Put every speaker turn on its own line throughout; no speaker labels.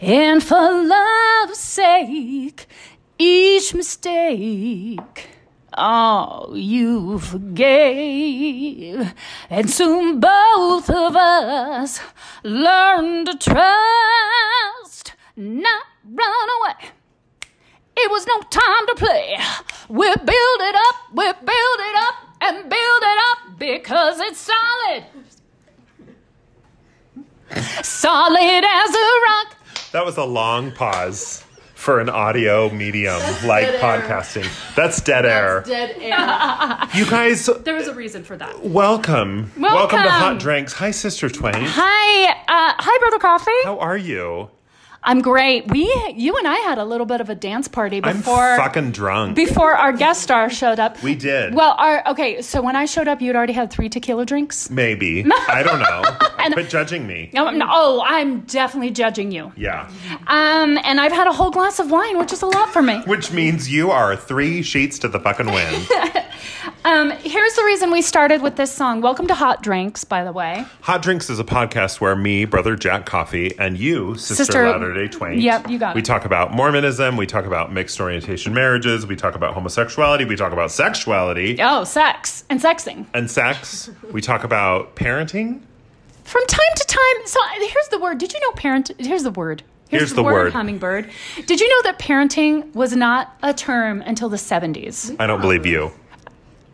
And for love's sake, each mistake all you forgave. And soon both of us learned to trust, not run away. It was no time to play. We build it up, we build it up, and build it up because it's solid. solid as a rock.
That was a long pause for an audio medium like
dead air.
podcasting. That's dead air.
Dead air.
You guys,
there was a reason for that.
welcome. Welcome to Hot
Welcome.
Drinks. Hi, Sister Twain.
Hi, uh, hi, Brother Coffee.
How are you?
I'm great. We, you and I had a little bit of a dance party
I'm
before
fucking drunk.
before our guest star showed up.
we did.
well, our okay. So when I showed up, you'd already had three tequila drinks.
Maybe. I don't know. Quit judging me.
No, I'm not- oh, I'm definitely judging you.
Yeah.
Um, and I've had a whole glass of wine, which is a lot for me.
Which means you are three sheets to the fucking wind.
Um, here's the reason we started with this song. Welcome to Hot Drinks, by the way.
Hot Drinks is a podcast where me, brother Jack Coffee, and you, sister,
Sister-
Latter Day Twain.
Yep, you got
We
it.
talk about Mormonism. We talk about mixed orientation marriages. We talk about homosexuality. We talk about sexuality
Oh, sex and sexing
and sex. We talk about parenting.
from time to time. So here's the word. Did you know parent? Here's the word.
Here's the word.
Hummingbird. Did you know that parenting was not a term until the 70s?
I don't believe you.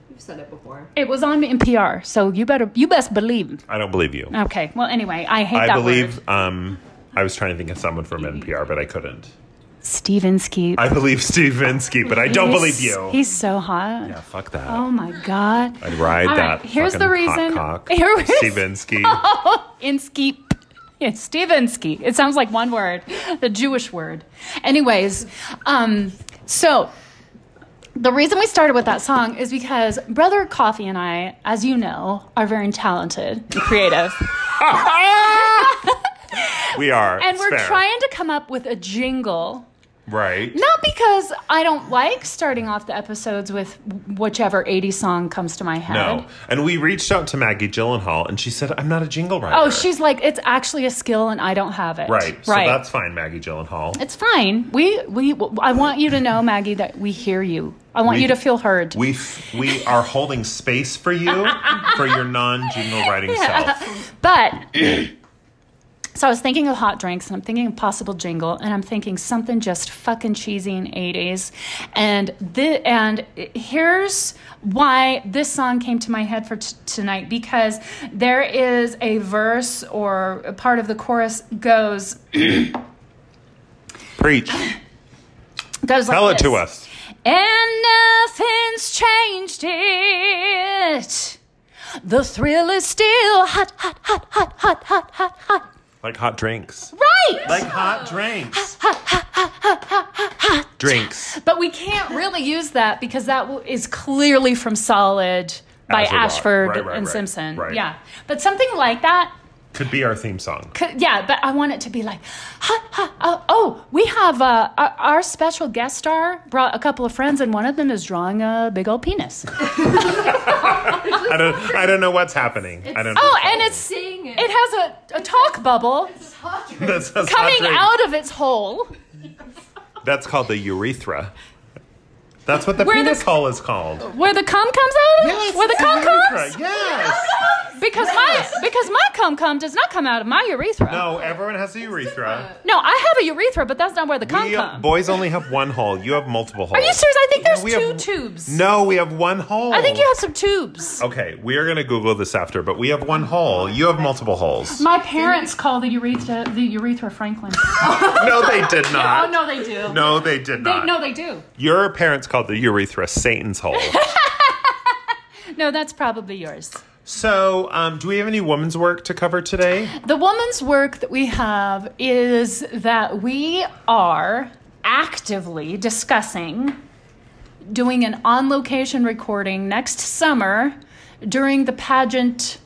We've said it before.
It was on NPR, so you better you best believe.
I don't believe you.
Okay. Well, anyway, I hate
I
that
believe.
word.
Um, I was trying to think of someone from NPR, but I couldn't.
Steven Skeet.
I believe Steve Vinsky, but I don't believe you.
He's so hot.
yeah, fuck that.
Oh my god.
I'd ride
All right,
that.
here's
fucking
the reason-
Hot cock.
Here Oh. is-
Steve Vinsky.
Inskeep. It's Stevensky. It sounds like one word, the Jewish word. Anyways, um, so the reason we started with that song is because Brother Coffee and I, as you know, are very talented and creative.
we are.
and
It's
we're
fair.
trying to come up with a jingle.
Right.
Not because I don't like starting off the episodes with whichever 80 song comes to my head.
No. And we reached out to Maggie Gyllenhaal, and she said, "I'm not a jingle writer."
Oh, she's like, it's actually a skill and I don't have it.
right.
Right.
So that's fine, Maggie Gyllenhaal.
It's fine. We we I want you to know, Maggie, that we hear you. I want
We-
you to feel heard.
we f- we are holding space for you for your non-jingle writing self.
but so I was thinking of hot drinks and I'm thinking of possible jingle and I'm thinking something just fucking cheesy in 80s. And the and here's why this song came to my head for t- tonight because there is a verse or a part of the chorus goes
Preach.
goes
Tell
like
it to
this.
us.
And nothing's changed it. The thrill is still hot, hot, hot, hot, hot, hot, hot, hot.
Like hot drinks.
Right!
Like hot drinks. drinks.
but we can't really use that because that w- is clearly from Solid by
As a rock.
Ashford
Right, right,
and
right,
Simpson.
right.
Yeah. But something like that.
Could be our theme song.
Could, yeah, but I want it to be like, hot, hot. Oh, oh we have uh, our, our special guest star brought a couple of friends, and one of them is drawing a big old penis.
I don't. I don't know what's happening. I don't.
oh, and it's
Sing it.
it has a, a talk bubble.
It's hot drink.
That's, that's hot
coming
drink.
out of its hole.
That's called the urethra. That's what the
Where the-
penis hole is called.
Where the cum comes out of? Where the
it's
cum
urethra,
comes?
Yes.
Because my because my cum cum does not come out of my urethra.
No, everyone has a urethra.
No, I have a urethra, but that's not where the cum
We,
comes.
boys only have one hole. You have multiple holes.
Are you serious? I think there's
We
two
have-
tubes.
No, we have one hole.
I think you have some tubes.
Okay, we are gonna Google this after, but we have one hole. You have multiple holes.
My parents call the urethra the urethra Franklin.
No, they did not.
oh no, they do.
No, they did
They,
not.
no, they do.
Your parents called the urethra Satan's hole.
No, that's probably yours.
so, um, do we have any woman's work to cover today?
The woman's work that we have is that we are actively discussing doing an on location recording next summer during the pageant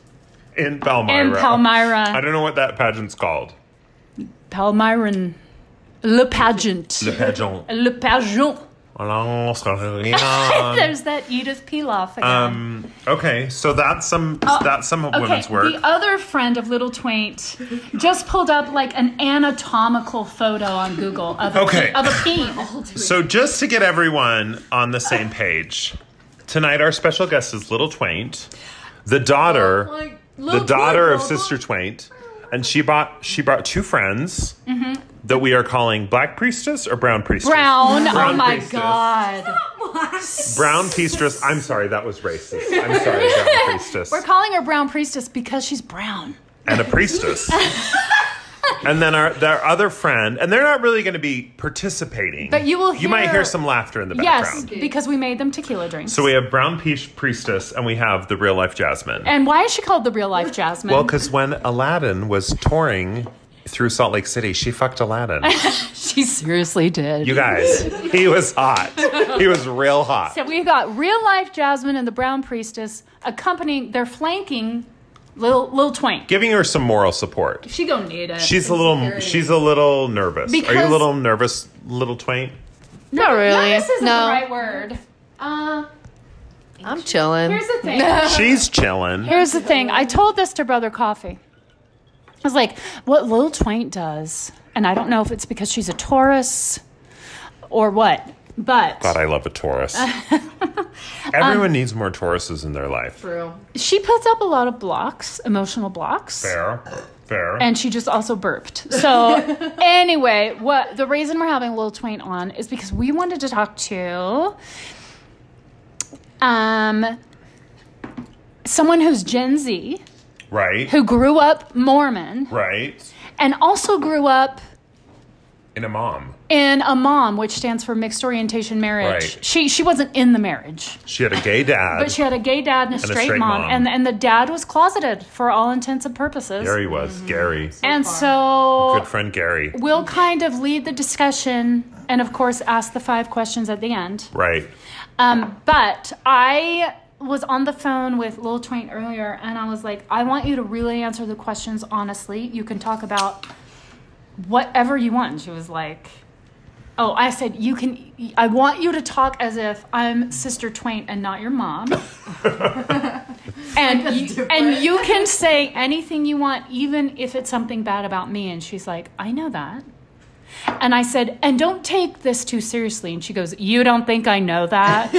In Palmyra.
in
I
Palmyra.
don't know what that pageant's called.
Palmyran. Le pageant.
The pageant.
Le pageant.
Um, Ah.
There's that Edith Piaf again.
okay, so that's some that's Um, some
Oh, Okay,
women's work.
The other friend of Little Twaint just pulled up like an anatomical photo on Google of a,
Okay.
pe- of a peen.
So, just to get everyone on the same page, tonight our special guest is Little Twaint, the daughter,
Oh my-
the
Little
daughter
Twaint,
of
Mama.
Sister Twaint, and she bought she brought two friends that we are calling Black Priestess or Brown Priestess.
Mm-hmm. Brown. oh
Brown
my
priestess.
god.
Brown Priestess. I'm sorry, that was racist. I'm sorry, Brown Priestess.
We're calling her Brown Priestess because she's brown.
and a priestess. And then our their other friend, and they're not really going to be participating.
But you will
you might
hear-
hear some laughter in the
Yes,
background.
because we made them tequila drinks.
So we have brown peach priestess, and we have the real life Jasmine.
and why is she called the real life Jasmine?
Well, because when Aladdin was touring through Salt Lake City, she fucked Aladdin.
she seriously did.
You guys, he was hot. He was real hot.
so we got real life Jasmine and the Brown Priestess accompanying, they're flanking Lil, Lil Twain.
Giving her some moral support.
She gonna need it.
She's a little. She's a little nervous. Are you a
Because-
little nervous, little Twain?
Not really.
This isn't
no,
the right word. Uh,
I'm chilling.
here's the thing.
She's chilling.
Here's the thing. I told this to Brother Coffee. I was like, what Lil Twain does, and I don't know if it's because she's a Taurus or what, but
God, I love a Taurus. Everyone needs more Tauruses in their life.
True.
she puts up a lot of blocks, emotional blocks.
Fair, fair.
And she just also burped. So anyway, what the reason we're having Lil Twain on is because we wanted to talk to um someone who's Gen Z,
right,
who grew up Mormon,
right.
and also grew up
And a mom.
in a mom, which stands for mixed orientation marriage.
Right.
She she wasn't in the marriage,
She had a gay dad.
but she had a gay dad and a, straight,
straight
mom,
mom.
and and the dad was closeted for all intents and purposes.
Gary was Gary.
and
Good
so
friend Gary.
we'll kind of lead the discussion, and of course ask the five questions at the end.
Right.
Um, but I was on the phone with Lil Twain earlier, and I was like, I want you to really answer the questions honestly. You can talk about whatever you want. And she was like, Oh, I said, you can, I want you to talk as if I'm Sister Twain and not your mom. and, you, and you can say anything you want, even if it's something bad about me. And she's like, I know that. And I said, and don't take this too seriously. And she goes, You don't think I know that?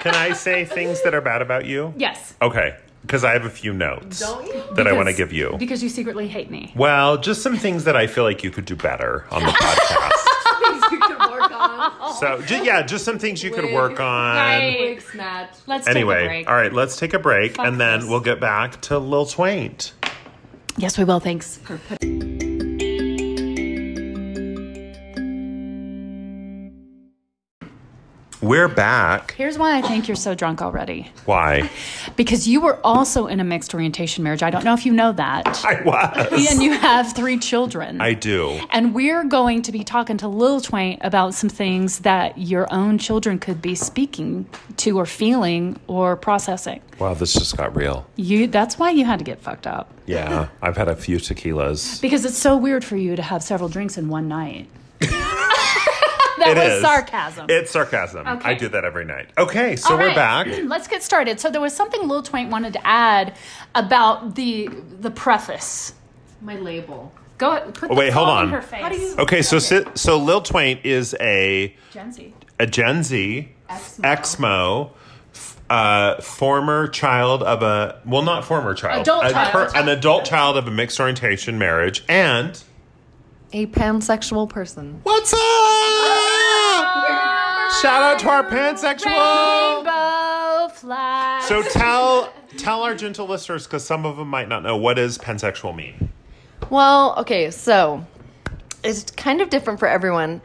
Can I say things that are bad about you?
Yes.
Okay, because I have a few notes
Don't you?
that I want to
Because-
give you.
Because you secretly hate me.
Well, just some things that I feel like you could do better on the podcast.
Things you could work on.
so, ju- yeah, just some things you could work on.
Right.
Wig snatch.
Let's take a
Anyway,
break.
all right, let's take a break
Fuck
and then
this.
we'll get back to Lil Twaint.
Yes, we will. Thanks.
We're back.
Here's why I think you're so drunk already.
Why?
Because you were also in a mixed orientation marriage. I don't know if you know that.
I was.
and you have three children.
I do.
and we're going to be talking to Lil Twain about some things that your own children could be speaking to or feeling or processing.
Wow, this just got real.
You that's why you had to get fucked up.
Yeah, I've had a few tequilas.
Because it's so weird for you to have several drinks in one night. that
It
was
is.
sarcasm.
It's sarcasm.
Okay.
I do that every night. Okay, so
All
we're
right.
back.
Let's get started. So there was something Lil Twain wanted to add about the the preface.
My label.
Go ahead, put
Oh,
the
wait, hold
phone
on.
in her face.
How do you-
Okay, so si- so Lil Twaint is a
Gen Z.
a Gen Z
Exmo.
exmo, f- uh, former child of a well, not former child,
Adult
a
child.
an adult child of a mixed orientation marriage, and
A pansexual person.
what's up? Shout out to our pansexual.
Rainbow flags.
So tell tell our gentle listeners because some of them might not know what does pansexual mean.
Well, okay, so it's kind of different for everyone.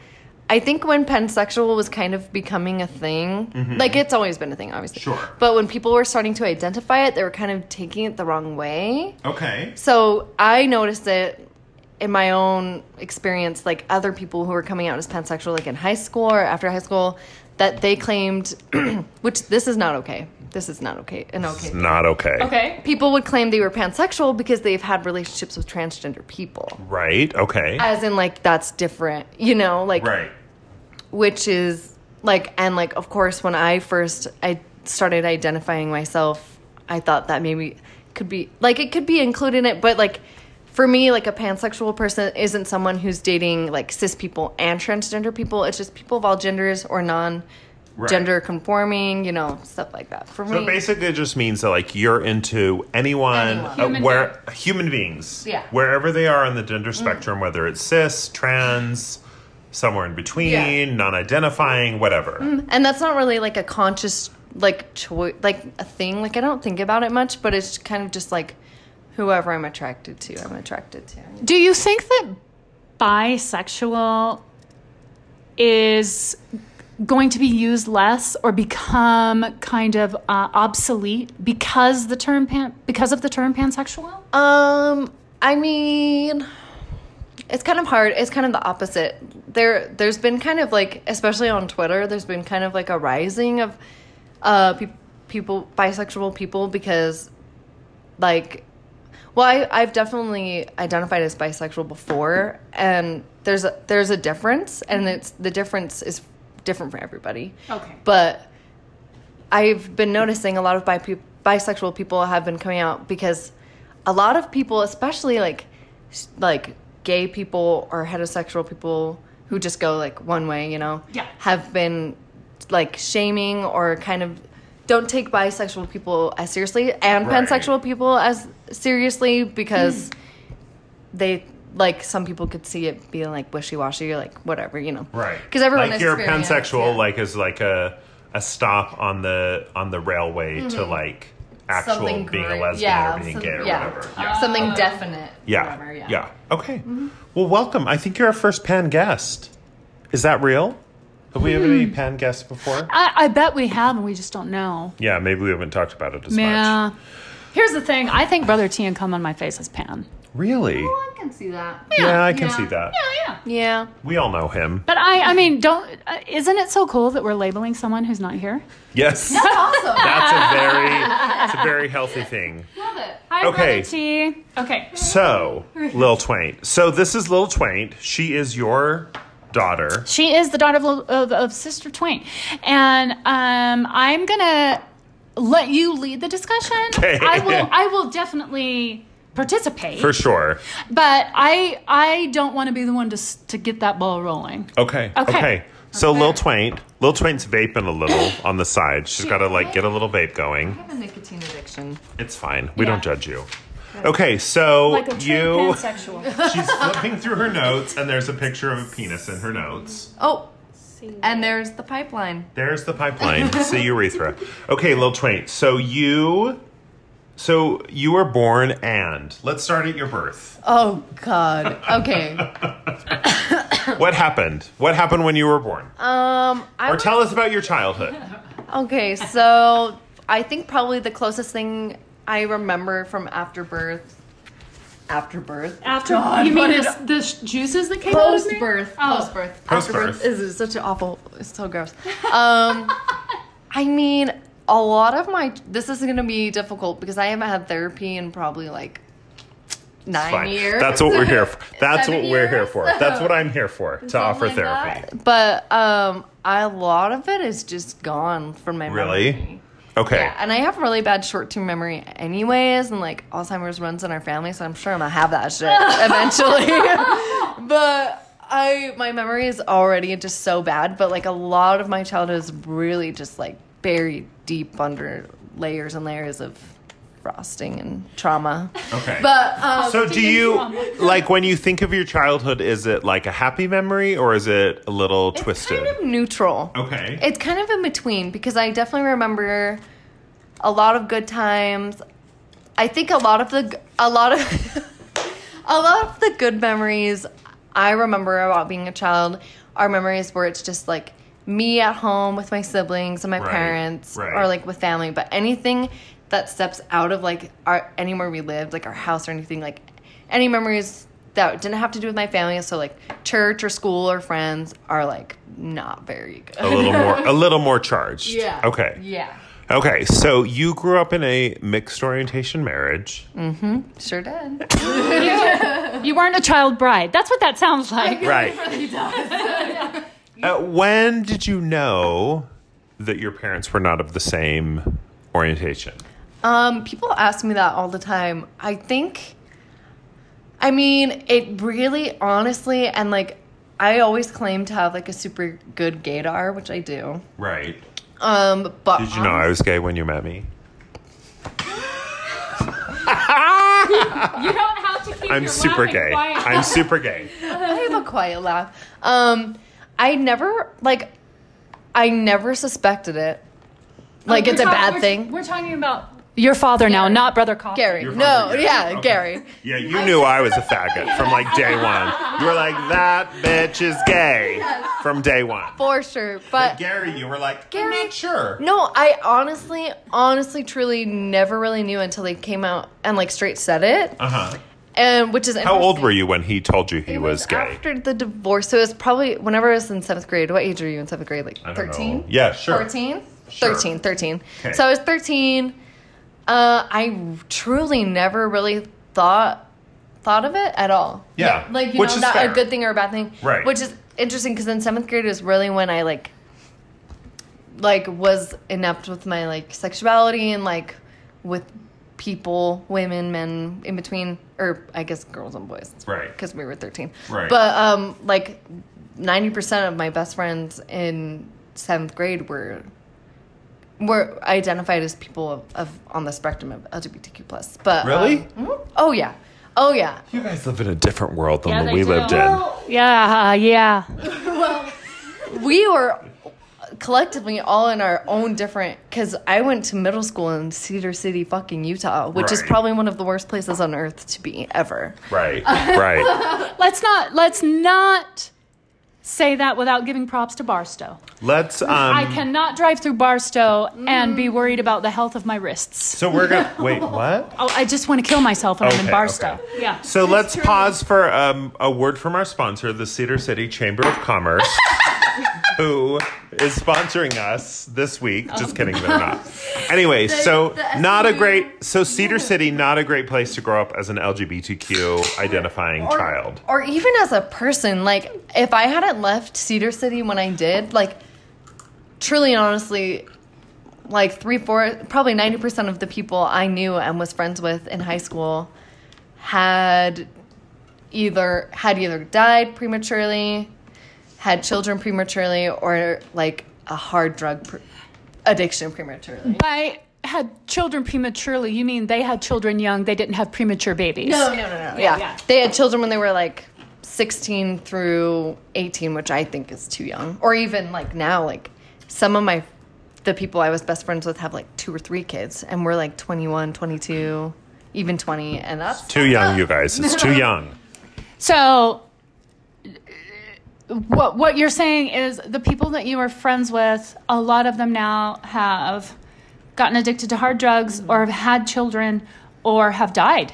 I think when pansexual was kind of becoming a thing, like it's always been a thing, obviously.
Sure.
But when people were starting to identify it, they were kind of taking it the wrong way.
Okay.
So I noticed it in my own experience, like other people who were coming out as pansexual, like in high school or after high school, that they claimed, which this is not okay. This is not okay. An okay.
Not okay.
okay.
People would claim they were pansexual because they've had relationships with transgender people.
Right. Okay.
As in, like, that's different, you know? Like,
right.
which is like and like of course when i first i started identifying myself i thought that maybe could be like it could be included in it but like for me like a pansexual person isn't someone who's dating like cis people and transgender people it's just people of all genders or non gender conforming you know stuff like that for
So
me
basically, it just means that like you're into anyone,
Anyone.
uh,
Human
where human beings,
Yeah. Mm.
wherever they are on the gender spectrum, whether it's cis, trans, somewhere in between,
Yeah. Mm.
non-identifying, whatever.
and that's not really like a conscious like choice like a thing like i don't think about it much but it's kind of just like whoever i'm attracted to i'm attracted to
Do you think that bisexual is going to be used less or become kind of uh, obsolete because the term pan- because of the term pansexual?
Um, I mean, it's kind of hard. It's kind of the opposite. There, there's been kind of like, especially on Twitter, there's been kind of like a rising of uh pe- people, bisexual people, because like, well, I, I've definitely identified as bisexual before, and there's a, there's a difference, and it's the difference is different for everybody.
Okay.
but I've been noticing a lot of bi- peop bisexual people have been coming out because a lot of people, especially like s- like gay people or heterosexual people who just go like one way, you know,
Yeah.
have been like shaming or kind of don't take bisexual people as seriously and
Right.
pansexual people as seriously because they like some people could see it being like wishy washy or like whatever, you know,
Right.
Because everyone
like your
experienced-
pansexual
yeah.
like is like a a stop on the on the railway to like actual
Mm-hmm. Something
being a
great.
lesbian
Yeah,
or being
some-
gay or
yeah.
whatever.
something definite.
Yeah.
whatever, Mm-hmm.
yeah. Okay. Well, welcome. I think you're our first pan guest. Is that real? Have we had
Hmm.
any pan guests before?
I, I bet we have, and we just don't know.
Yeah, maybe we haven't talked about it as much.
Yeah. Here's the thing. I think Brother T and Come on My Face is pan.
Really?
I can see that.
Yeah, I can
Yeah.
see that.
Yeah, yeah.
Yeah.
We all know him.
But I, I mean, don't. Uh, isn't it so cool that we're labeling someone who's not here?
Yes.
Awesome.
That's a very it's a very healthy thing.
Hi,
Okay.
Brother T. Okay.
So, Lil Twain. So this is Lil Twain. She is your daughter.
She is the daughter of, of, of Sister Twain. And um, I'm going to let you lead the discussion.
Okay.
I will I will definitely participate.
For sure.
but I I don't want to be the one to s- to get that ball rolling.
Okay.
Okay.
So Lil Twain, Lil Twain's vaping a little on the side. She's got to like get a little vape going.
I have a nicotine addiction.
It's fine. We
Yeah.
don't judge you. Okay, so
Like a
you
pansexual.
she's flipping through her notes and there's a picture of a penis in her notes.
Oh, and there's the pipeline.
There's the pipeline. See urethra. Okay, Lil Twain. So you so you were born and let's start at your birth.
Oh God. Okay.
What happened? What happened when you were born?
um. I
Or tell us about your childhood.
okay. So I think probably the closest thing I remember from after birth. After birth.
After you mean the, the sh- juices that came out of
Post
me?
birth.
Oh.
Post birth. After
Post-birth.
birth is such an awful. It's so gross. Um. I mean, a lot of my. This is gonna be difficult because I haven't had therapy in probably like nine
Fine.
years.
That's what we're here for. That's
Seven
what we're here
years? Oh
for. That's what I'm here for. To offer
Something like
therapy.
that. But um, a lot of it is just gone from my
Really?
memory.
Okay.
Yeah, and I have really bad short-term memory, anyways, and like Alzheimer's runs in our family, so I'm sure I'm gonna have that shit eventually. but I, my memory is already just so bad. But like a lot of my childhood is really just like buried deep under layers and layers of frosting and trauma.
Okay.
But um,
so do
Ding,
you
dong.
like when you think of your childhood is it like a happy memory or is it a little twisted?
kind of neutral.
okay.
It's kind of in between because I definitely remember a lot of good times. I think a lot of the a lot of a lot of the good memories I remember about being a child are memories where it's just like me at home with my siblings and my
Right,
parents
right.
or like with family, but anything that steps out of like our anywhere we lived, like our house or anything, like any memories that didn't have to do with my family, so like church or school or friends are like not very good.
a little more a little more charged.
Yeah.
Okay.
Yeah,
Okay. So you grew up in a mixed orientation marriage.
sure did.
You weren't a child bride. That's what that sounds like.
Right. Uh, when did you know that your parents were not of the same orientation?
Um, people ask me that all the time. I think, I mean, it really, honestly, and like, I always claim to have like a super good gaydar, which I do.
Right.
Um, but
Did you know I was gay when you met me?
You don't have to keep
I'm
your
super
laughing
gay.
quiet.
I'm super gay.
I have a quiet laugh. Um, I never like, I never suspected it. Like
We're
it's a
talk-
bad
Oh, we're-
thing.
We're talking about your father now,
Gary.
not brother Coffee.
Gary,
You're
no,
fucking gay.
yeah,
Okay.
Gary.
Yeah, you knew I was a faggot from like day one. You were like, that bitch is gay from day one.
for sure. But
Gary, you were like, I'm
Gary-
not sure.
No, I honestly, honestly, truly never really knew until they came out and like straight said it.
Uh huh.
And Um, which is
How old were you when he told you he
It
was,
was
gay?
after the divorce, so it was probably whenever I was in seventh grade. What age are you in seventh grade? Like
I don't know.
thirteen?
Yeah, sure.
14?
Sure.
13, 13.
Okay.
So I was 13. Uh, I truly never really thought thought of it at all.
Yeah,
Like, you
which
know,
is
not
fair.
a good thing or a bad thing.
Right.
Which is interesting because in seventh grade is really when I, like, like was inept with my, like, sexuality and, like, with people, women, men, in between, or I guess girls and boys.
Right.
Because we were 13.
Right.
But, um, like, 90% of my best friends in seventh grade were were identified as people of, of on the spectrum of LGBTQ plus. But
Really?
um, mhm. oh yeah, oh yeah.
You guys live in a different world than
Yeah,
the
they
we
do.
lived in.
Yeah, yeah.
We were collectively all in our own different. Because I went to middle school in Cedar City, fucking Utah, which is
Right.
probably one of the worst places on earth to be ever.
Right, right.
Let's not let's not say that without giving props to Barstow.
Let's. Um,
I cannot drive through Barstow and be worried about the health of my wrists.
So we're gonna wait. What?
Oh, I just want to kill myself when I'm
Okay,
in Barstow.
okay.
Yeah.
So let's pause for um, a word from our sponsor, the Cedar City Chamber of Commerce, who is sponsoring us this week. Just kidding, they're not. Anyway, so
Oh. the
not a
SMU
great. So Cedar City, not a great place to grow up as an LGBTQ identifying child.
Or even as a person, like if I hadn't left Cedar City when I did, like truly and honestly, like three, four, probably 90% of the people I knew and was friends with in high school had either had either died prematurely, had children prematurely, or like a hard drug pr- addiction prematurely.
I had children prematurely. You mean they had children young, they didn't have premature babies.
No, no, no, no. Yeah.
yeah.
They had children when they were like 16 through 18, which I think is too young. Or even like now, like some of my, the people I was best friends with have like two or three kids and we're like 21, 22, even 20 and up.
Too young, you guys. It's too young.
So uh, what what you're saying is the people that you were friends with, a lot of them now have gotten addicted to hard drugs or have had children or have died.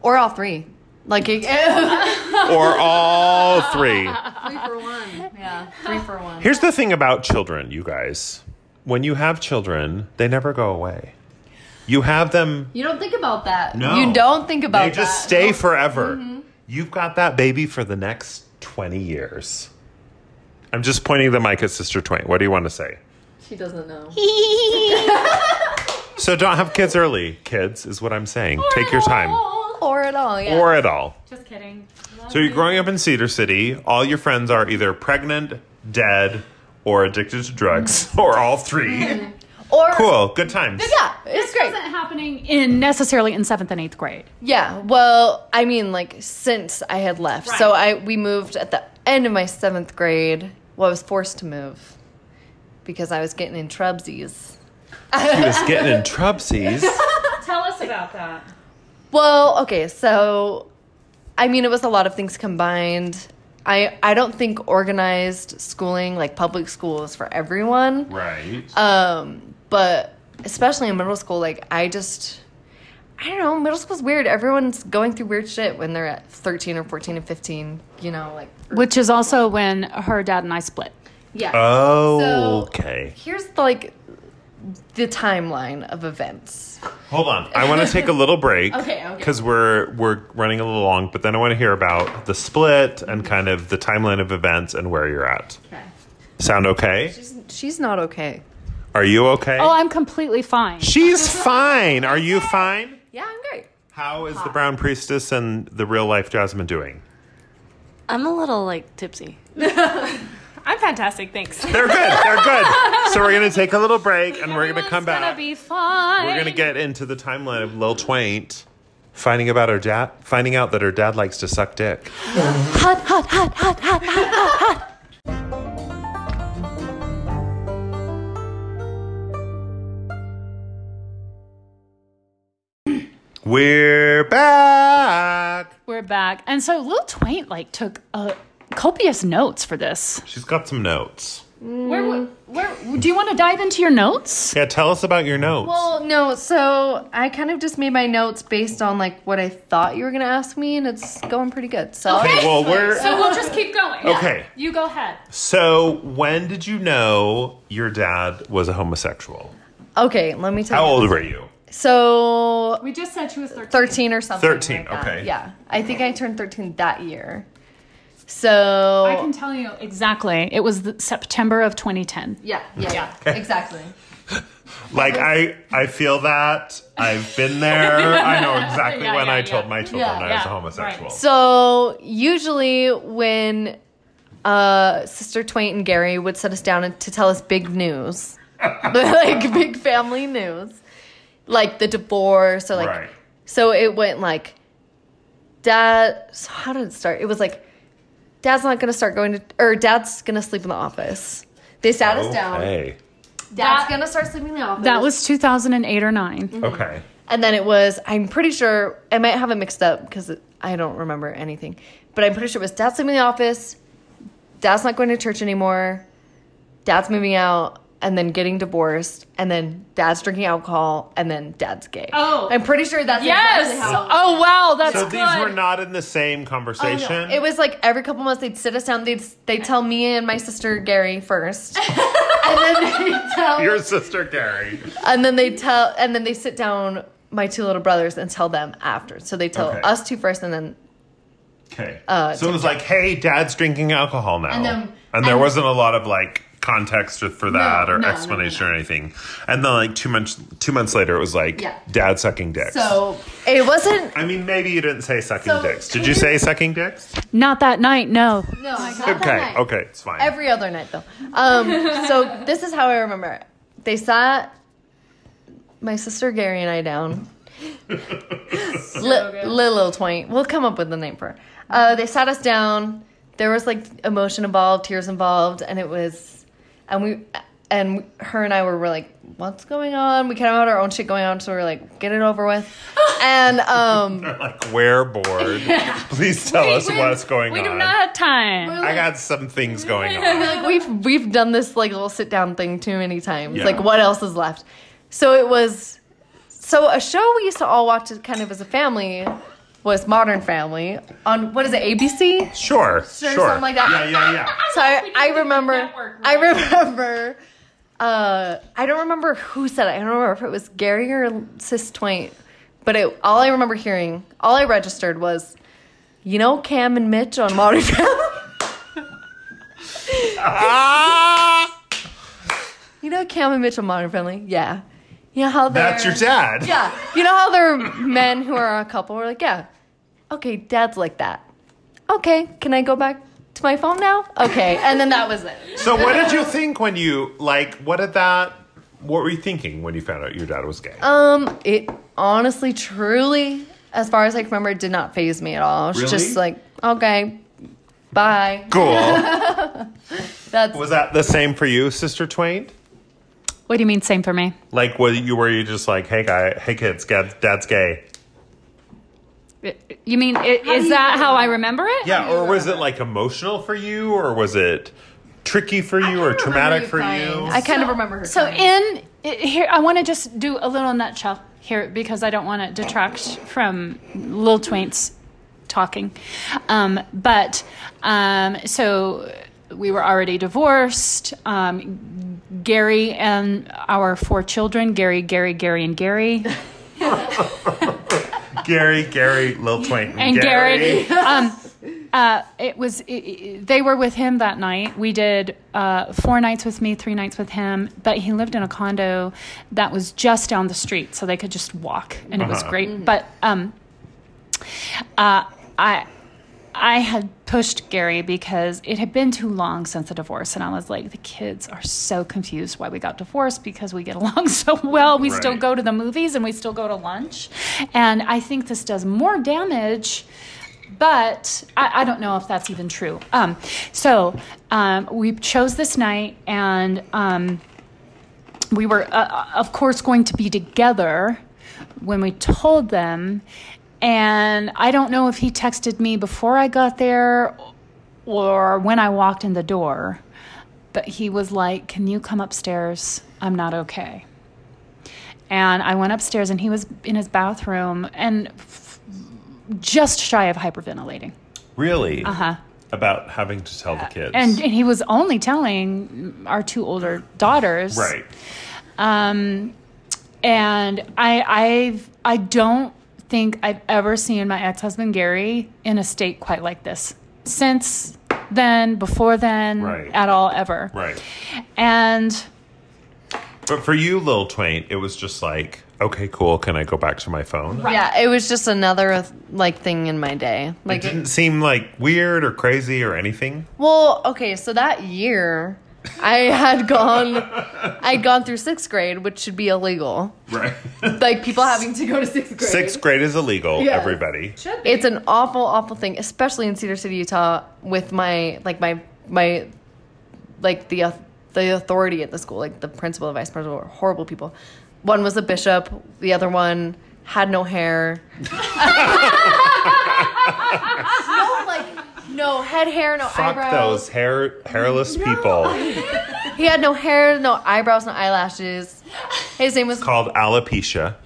Or all three. Like
Or all three.
Three for one. Yeah.
three for one.
Here's the thing about children, you guys. When you have children, they never go away. You have them
You don't think about that.
No.
You don't think about
They just
that. mm-hmm.
stay forever. You've got that baby for the next 20 years. I'm just pointing the mic at Sister Twain. What do you want to say?
She doesn't know.
So don't have kids early, kids, is what I'm saying. Take your time.
or at all. Yeah.
Or at all.
Just kidding.
So you're growing up in Cedar City. All your friends are either pregnant, dead, or addicted to drugs, or all three.
Or-
Cool. Good times.
Yeah. It's great.
Isn't happening in necessarily in seventh and eighth grade.
Yeah, well, I mean, like since I had left, so I
Right.
we moved at the end of my seventh grade. Well, I was forced to move because I was getting in trubsies.
She was getting in trubsies.
Tell us about that.
Well, okay, so I mean, it was a lot of things combined. I I don't think organized schooling, like public school, is for everyone.
Right.
Um, but especially in middle school, like I just, I don't know, middle school's weird. Everyone's going through weird shit when they're at 13 or 14 and 15, you know, like.
Which is also when her dad and I split.
Yeah.
Oh,
So-
okay.
Here's the, like the timeline of events.
Hold on. I want to take a little break.
Okay, okay.
Because we're we're running a little long, but then I want to hear about the split and kind of the timeline of events and where you're at.
okay.
Sound okay?
She's, she's not okay.
Are you okay?
Oh, I'm completely fine.
She's fine. Are you fine?
Yeah, I'm great.
How is the brown priestess and the real life Jasmine doing?
I'm a little like tipsy.
I'm fantastic, thanks.
They're good. They're good. So we're gonna take a little break and we're gonna come
Everyone's gonna
back.
be fine.
We're gonna get into the timeline of Lil Twaint finding about her dad, finding out that her dad likes to suck dick.
Hot, hot, hot, hot, hot, hot.
We're back.
We're back. And so Lil Twain like took uh, copious notes for this.
She's got some notes.
Where Where, where do you want to dive into your notes?
Yeah, tell us about your notes.
Well, no, so I kind of just made my notes based on like what I thought you were gonna ask me, and it's going pretty good. So
okay, well we're
So we'll just keep going.
Okay.
You go ahead.
so when did you know your dad was a homosexual?
okay, let me tell
How
you.
old were you?
So
We just said she was 13.
thirteen or something.
13,
like that.
okay.
Yeah, I think I turned thirteen that year. So
I can tell you exactly. It was the September of 2010.
yeah, yeah, yeah, exactly.
Like I I feel that. I've been there. I know exactly
Yeah,
when
yeah,
I
yeah.
told my children
Yeah,
I was
yeah,
a homosexual.
So usually when uh, Sister Twain and Gary would sit us down to tell us big news, like big family news, like the divorce or like.
Right.
So it went like, Dad. So how did it start? It was like, Dad's not gonna start going to, or Dad's gonna sleep in the office. They sat us down.
Okay.
Dad's gonna start sleeping in the office.
That was 2008 or 9.
Mm-hmm.
Okay.
And then it was, I'm pretty sure, I might have it mixed up because I don't remember anything, but I'm pretty sure it was dad's leaving the office, dad's not going to church anymore, dad's moving out, and then getting divorced, and then dad's drinking alcohol, and then dad's gay.
Oh.
I'm pretty sure that's
Yes.
exactly how.
Oh wow, that's
So
good.
these were not in the same conversation.
Oh, It was like every couple months they'd sit us down. They'd they'd tell me and my sister Gary first, and then they'd tell
Your sister Gary.
and then they tell and then they sit down my two little brothers and tell them after. So they tell
Okay.
us two first, and then
Okay.
Uh,
so it was like, hey, dad's drinking alcohol now. And,
then-
there
and-
wasn't a lot of like context for that or
no, no, no,
explanation or anything. And then like two months two months later it was like
Yeah.
dad sucking dicks.
So it wasn't.
I mean maybe you didn't say sucking
So-
dicks. Did you say sucking dicks?
Not that night, no.
No,
Okay. Okay, it's fine.
Oh Every other night, though. Um, so this is how I remember it. They sat my sister Gary and I down. Li- Lil Twain. We'll come up with the name for it. Uh, they sat us down. There was like emotion involved, tears involved, and it was, and we, and her and I were, were like, what's going on? We kind of had our own shit going on, so we were like, get it over with. and um,
like we're bored. Please tell us what's going
We
on.
do not have time.
I got some things going on.
like we've we've done this like little sit down thing too many times.
Yeah.
Like what else is left? So it was so a show we used to all watch kind of as a family was Modern Family on what is it ABC?
Sure. Sure.
something like that.
Yeah, yeah, yeah.
So I, I remember I remember uh, I don't remember who said it. I don't remember if it was Gary or Sis Twain, but it, all I remember hearing, all I registered was, you know, Cam and Mitch on Modern Family.
Ah,
You know Cam and Mitchell Modern Family? Yeah. You know how they're
that's your dad.
Yeah. You know how they're men who are a couple we are like, yeah. Okay, dad's like that. Okay, can I go back to my phone now? Okay. And then that was it.
So what did you think when you like what did that what were you thinking when you found out your dad was gay?
Um, it honestly, truly, as far as I can remember, it did not phase me at all. It's
Really?
just like, okay, bye.
cool.
That's
was that the same for you, Sister Twain?
What do you mean same for me?
Like were you were you just like, hey guy, hey kids, dad, dad's gay?
You mean i- is that how I remember it?
Yeah, or was it like emotional for you, or was it tricky for you, or traumatic for you?
I kind of remember her.
So
So
in i- here, I want to just do a little nutshell here because I don't want to detract from Lil Twain's talking. Um, but um, so we were already divorced. Um, Gary and our four children: Gary, Gary, Gary, and Gary.
Gary, Gary, Lil Twain,
and Gary. um, uh, it was i i they were with him that night. We did uh, four nights with me, three nights with him. But he lived in a condo that was just down the street, so they could just walk, and it was
Uh-huh.
great. But um, uh, I. I had pushed Gary because it had been too long since the divorce, and I was like, the kids are so confused why we got divorced because we get along so well. We still
Right.
go to the movies and we still go to lunch. And I think this does more damage, but I, I don't know if that's even true. Um, so um, we chose this night, and um, we were, uh, uh, of course, going to be together when we told them. And I don't know if he texted me before I got there or when I walked in the door, but he was like, Can you come upstairs? I'm not okay. And I went upstairs and he was in his bathroom and f- just shy of hyperventilating.
Really? Uh
Uh-huh.
About having to tell the kids.
And, and he was only telling our two older daughters.
right.
Um, and I, I've, I don't think I've ever seen my ex husband Gary in a state quite like this since then, before then,
Right.
at all, ever.
Right.
And
But for you, Lil Twain, it was just like, okay, cool. Can I go back to my phone?
Yeah, it was just another like thing in my day.
It
Like,
didn't seem like weird or crazy or anything.
well, okay, so that year I had gone, I'd gone through sixth grade, which should be illegal.
Right.
Like people having to go to sixth grade.
Sixth grade is illegal,
Yes.
everybody.
It's an awful, awful thing, especially in Cedar City, Utah, with my like my my like the au- the authority at the school, like the principal and vice principal, were horrible people. One was a bishop, the other one had no hair. no, like no head hair, no
Fuck
eyebrows.
those hair hairless people
He had no hair, no eyebrows, no eyelashes. His name was
called alopecia.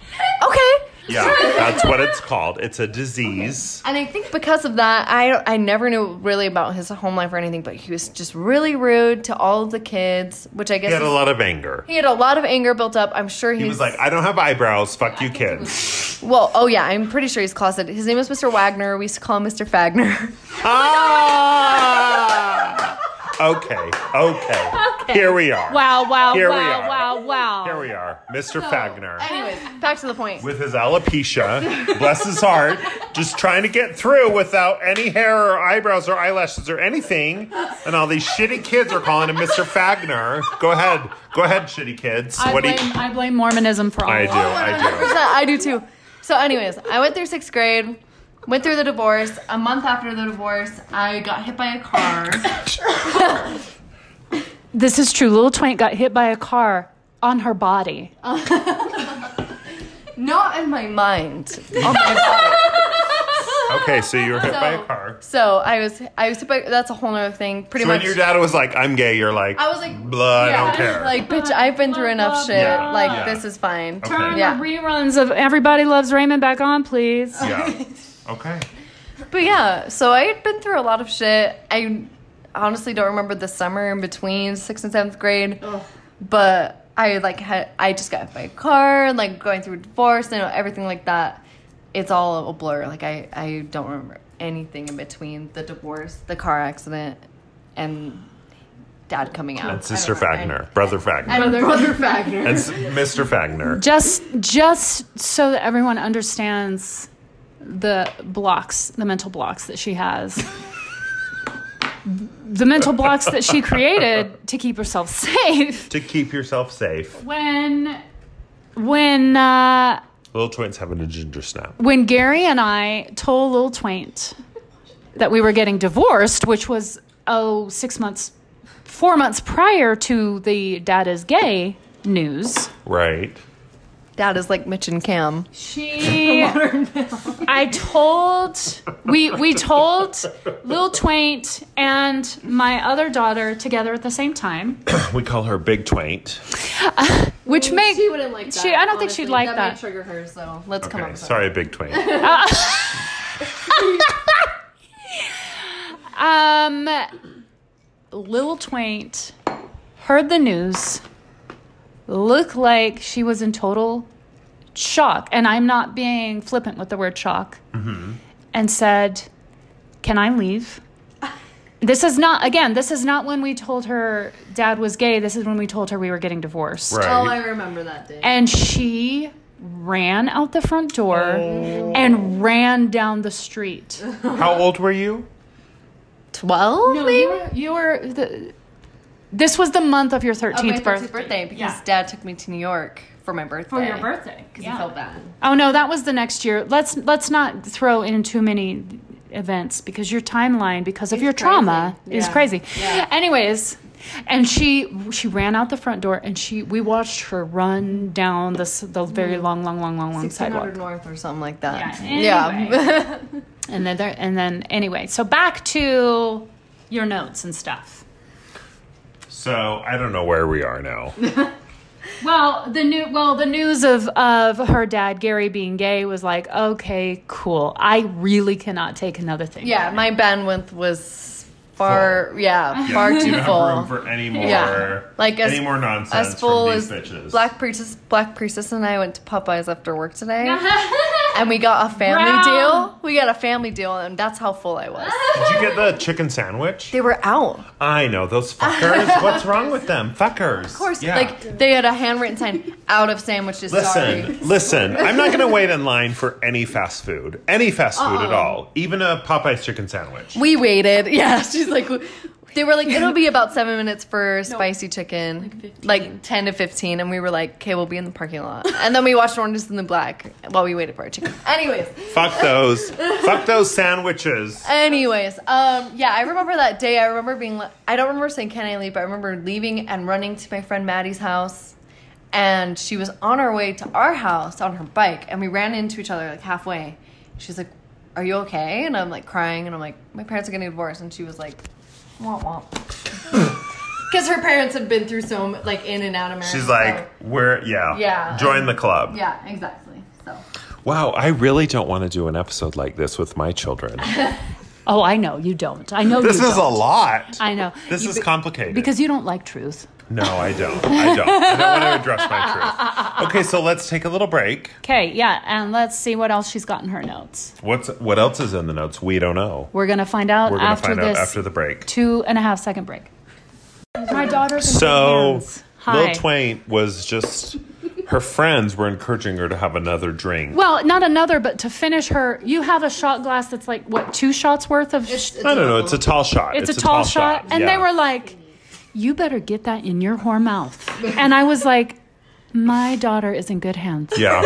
okay.
Yeah, that's what it's called. It's a disease.
And I think because of that, I I never knew really about his home life or anything, but he was just really rude to all of the kids, which I guess
He had a
is-
lot of anger.
he had a lot of anger built up. I'm sure he's,
He was like, I don't have eyebrows. Fuck you, kids.
well, oh yeah, I'm pretty sure he's closeted. His name was Mr. Wagner. We used to call him Mr. Fagner.
Ah! Okay, okay. Here we are.
wow, wow,
Here we are.
wow, wow, wow.
Here we are. Mr. Fagner.
Anyways, back to the point.
with his alopecia, bless his heart, just trying to get through without any hair or eyebrows or eyelashes or anything. And all these shitty kids are calling him Mr. Fagner. Go ahead. Go ahead, shitty kids.
I
what do
blame,
you.
I blame Mormonism for all
I
of
do.
it.
I do.
I do too. So, anyways, I went through sixth grade, went through the divorce. A month after the divorce, I got hit by a car.
This is true. Little Twain got hit by a car on her body.
Not in my mind. Oh
Okay, so you were hit by a car.
So I was, I was. hit by- That's a whole other thing. Pretty
So
much.
when your dad was like, I'm gay, you're like,
I was like,
blood, I don't
yeah,
care.
Like, bitch, I've been through enough shit.
Yeah.
Like,
Yeah.
this is fine.
okay.
Yeah.
Reruns of Everybody Loves Raymond back on, please.
yeah. Okay.
But yeah, so I had been through a lot of shit. I honestly don't remember the summer in between sixth and seventh grade, but I like had I just got hit by a car and like going through a divorce and everything like that. It's all a blur. Like I I don't remember anything in between the divorce, the car accident, and dad coming out.
And Sister Fagner, Brother Fagner,
And brother Fagner.
and s- Mr. Fagner.
Just just so that everyone understands the blocks, the mental blocks that she has. the mental blocks that she created to keep herself safe
To keep yourself safe.
when when uh
Little twins having a ginger snap.
when Gary and I told Lil Twaint that we were getting divorced, which was oh six months, four months prior to the dad is gay news.
Right.
Dad is like Mitch and Cam.
She, I told we we told Lil Twaint and my other daughter together at the same time,
We call her Big Twaint.
which makes
She wouldn't like that.
She- I don't think she'd
honestly.
like
That
that.
might trigger her, so.
So let's come up
Okay,
with
sorry, Big Twain.
Um, Lil Twaint heard the news, looked like she was in total shock, and I'm not being flippant with the word shock, and said, Can I leave? This is not, again, this is not when we told her dad was gay. This is when we told her we were getting divorced.
Right.
Oh, I remember that day.
And she ran out the front door and ran down the street.
How old were you?
Twelve,
No,
maybe.
you were, you were the, this was the month of your 13th
Oh, my 13th
birthday.
birthday because
Yeah.
dad took me to New York for my birthday.
For your birthday.
Because he felt bad.
Oh no, that was the next year. Let's let's not throw in too many events because your timeline because of your trauma is
Yeah.
crazy. Anyways, and she she ran out the front door and she we watched her run down this the
Mm-hmm.
very long long long long long
1600
sidewalk.
North or something like that.
Yeah,
And then there, and then anyway, so back to your notes and stuff.
So I don't know where we are now.
Well, the new well, the news of of her dad Gary being gay was like, okay, cool. I really cannot take another thing.
yeah, my bandwidth was far, yeah,
Yeah,
far
you
too
don't
full.
Have room for any more,
Yeah. Like, as-
any more nonsense
As full
from
as
these bitches.
Black Priestess, Black Priestess and I went to Popeyes after work today, and we got a family
Brown.
deal. We got a family deal, and that's how full I was.
Did you get the chicken sandwich?
They were out. Of
I know those fuckers. What's wrong with them, fuckers? Of
course, like they had a handwritten sign out of sandwiches.
Listen,
Sorry.
listen. I'm not going to wait in line for any fast food, any fast food at all, even a Popeye's chicken sandwich.
We waited. Yeah, she's like, they were like, it'll be about seven minutes for spicy chicken, like, ten to fifteen, and we were like, okay, we'll be in the parking lot, and then we watched Orange is the New Black while we waited for our chicken. Anyways,
Fuck those. Fuck those sandwiches.
anyways, um, yeah, I remember that day. I remember being, like, I don't remember saying can I leave, but I remember leaving and running to my friend Maddie's house. And she was on her way to our house on her bike, and we ran into each other like halfway. She's like, "Are you okay?" And I'm like crying, and I'm like, "My parents are getting divorced." And she was like, "Womp womp," because her parents had been through so m- like in and out of marriage.
She's
so-
like, we're yeah,
Yeah.
Join the club.
"Yeah, exactly." So
Wow, I really don't want to do an episode like this with my children.
Oh, I know you don't. I know
This
you
is a
don't.
lot.
I know.
This
You
is
be-
complicated.
Because you don't like truth.
no, I don't. I don't. I don't want to address my truth. Okay, so let's take a little break.
Okay, yeah, and let's see what else she's got in her notes.
What's what else is in the notes? We don't know.
We're gonna find out
We're gonna
after
find
this
out after the break.
two and a half second break. My daughter's in good
So
hands.
Lil
Hi.
Twain was just her friends were encouraging her to have another drink.
well, not another, but to finish her, you have a shot glass that's like what two shots worth of. sh-
I don't know. It's a tall shot.
it's, a, tall, shot, and
yeah.
they were like, "You better get that in your whore mouth," and I was like, "My daughter is in good hands."
yeah,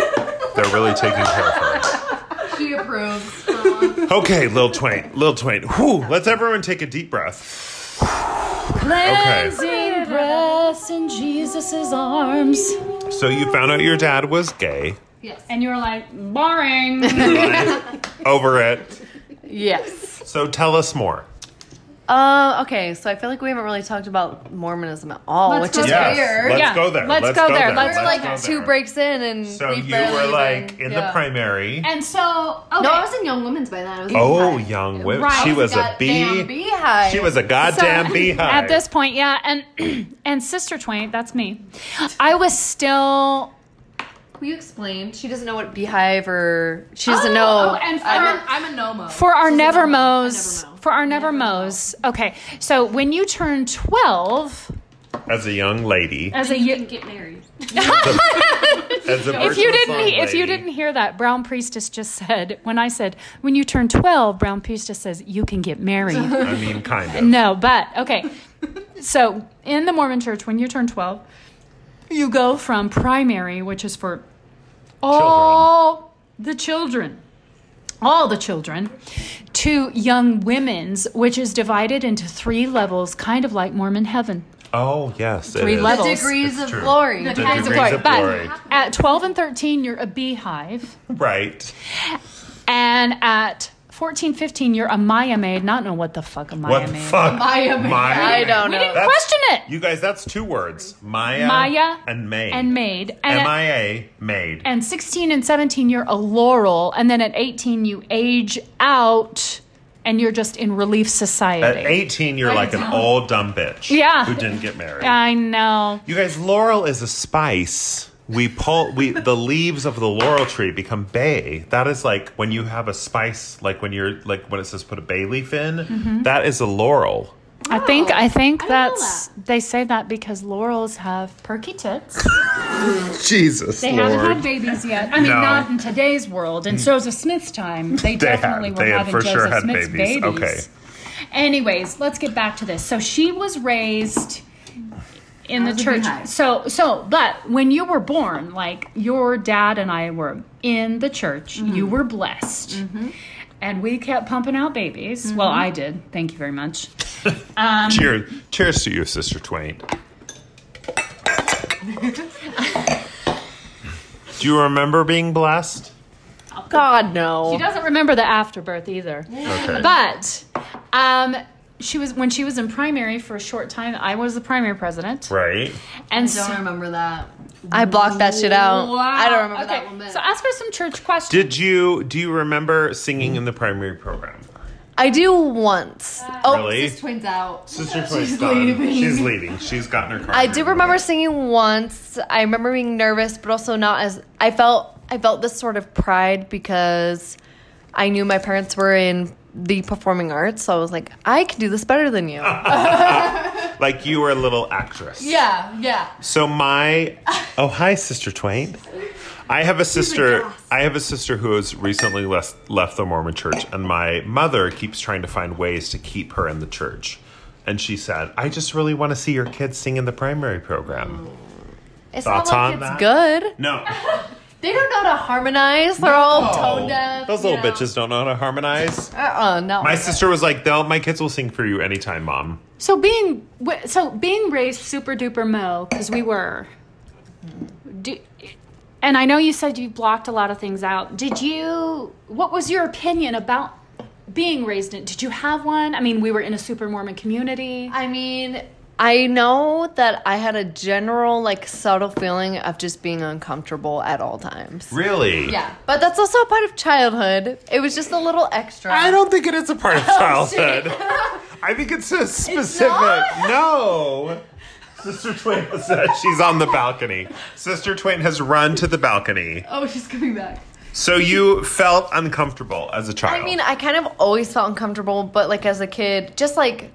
they're really taking care of her.
she approves.
Okay, Lil Twain, Lil Twain. Whew, let's everyone take a deep breath.
Cleansing breaths in Jesus' arms.
So you found out your dad was gay.
And you were like, boring.
Over it.
Yes.
So tell us more.
Uh, okay, so I feel like we haven't really talked about Mormonism at all,
Let's go
which is
there.
Yes,
weird.
let's
Yeah,
go there.
let's go there. Let's
We're like two
there.
breaks in, and
So
we
you
barely
were
even-
like in
yeah.
the primary.
and so, okay.
No, I was in Young Women's by then. I was
Oh, young women.
Right.
She was a
Goddamn
bee.
beehive.
She was a goddamn
So,
beehive.
At this point, yeah, and and Sister Twain, that's me. I was still.
Will you explain? She doesn't know what beehive or she doesn't
Oh,
know.
oh, and for,
I'm, a, I'm a Nomo.
for our never
Nevermo.
mo's, for our never mo's. Okay, so when you turn twelve,
As a young lady.
as a you,
get married.
As a
if you didn't he- if you didn't hear that, Brown Priestess just said when I said when you turn twelve, Brown Priestess says you can get married.
I mean, kind of.
No, but okay. so in the Mormon church, when you turn 12, you go from primary, which is for all the children, all the children, to young women's, which is divided into three levels, kind of like Mormon heaven.
Oh, yes. it
Three
is.
levels.
degrees
It's
of
true.
glory.
The
Kinds of
degrees of
glory.
glory.
But at 12 and 13, you're a beehive.
Right.
And at 14, 15, you're a Maya maid. Not know what the fuck a Maya
What the
maid.
fuck?
Maya maid. I don't
We
know.
didn't
That's-
question it.
You guys, that's two words. Maya,
Maya
and May.
and maid. And at-
M-I-A, made.
and 16 and 17 you're a laurel and then at 18 you age out and you're just in relief
At
society
18, you're like an old dumb bitch.
Yeah.
Who didn't get married.
i know
You guys, Laurel is a spice. we pull we the leaves of the laurel tree become bay. That is like when you have a spice, like when you're like when it says put a bay leaf in. that is a laurel.
I think I think
I didn't know
that's they say that because laurels have perky tits.
Jesus,
They
Lord.
haven't had babies yet. I mean,
No.
not in today's world. In Joseph Smith's time, they,
They had-
definitely were
they had
having
for sure
Joseph
had
Smith's
babies.
babies.
Okay.
Anyways, let's get back to this. So she was raised in the
was a
church.
beehive.
So so, but when you were born, like your dad and I were in the church, you were blessed. And we kept pumping out babies. Well, I did. Thank you very much.
Cheers, cheers to you, Sister Twain. Do you remember being blessed?
God no.
She doesn't remember the afterbirth either.
Okay.
But um, she was when she was in primary for a short time. I was the primary president,
Right.
I don't
and so,
remember that.
I blocked that shit out. I don't remember
okay.
that one bit.
So ask her some church questions.
Did you do you remember singing in the primary program?
I do once. Oh,
Really?
This twins out.
Sister Twain's gone. She's leaving. She's gotten her car.
I do remember singing once. I remember being nervous, but also not as I felt. I felt this sort of pride because I knew my parents were in the performing arts, so I was like, I can do this better than you.
Like you were a little actress.
yeah, yeah.
So my oh hi sister Twain. I have a sister. I have a sister who has recently left left the Mormon Church, and my mother keeps trying to find ways to keep her in the church. And she said, "I just really want to see your kids sing in the primary program."
It's
Thoughts
not
on
like it's
that?
good.
No,
They don't know how to harmonize. They're all tone deaf.
Oh. those
you
little
know.
bitches don't know how to harmonize.
Uh-uh, no.
My sister was like, "They'll my kids will sing for you anytime, mom."
So being wi- so being raised super duper mo because we were. Do, and I know you said you blocked a lot of things out. Did you? What was your opinion about being raised in? Did you have one? I mean, we were in a super Mormon community.
I mean, I know that I had a general, like, subtle feeling of just being uncomfortable at all times.
Really?
Yeah.
But that's also a part of childhood. It was just a little extra.
I don't think it is a part
Oh,
of childhood. I think it's a specific. no. Sister Twain said she's on the balcony. Sister Twain has run to the balcony.
Oh, she's coming back.
So you felt uncomfortable as a child.
I mean, I kind of always felt uncomfortable, but like as a kid, just like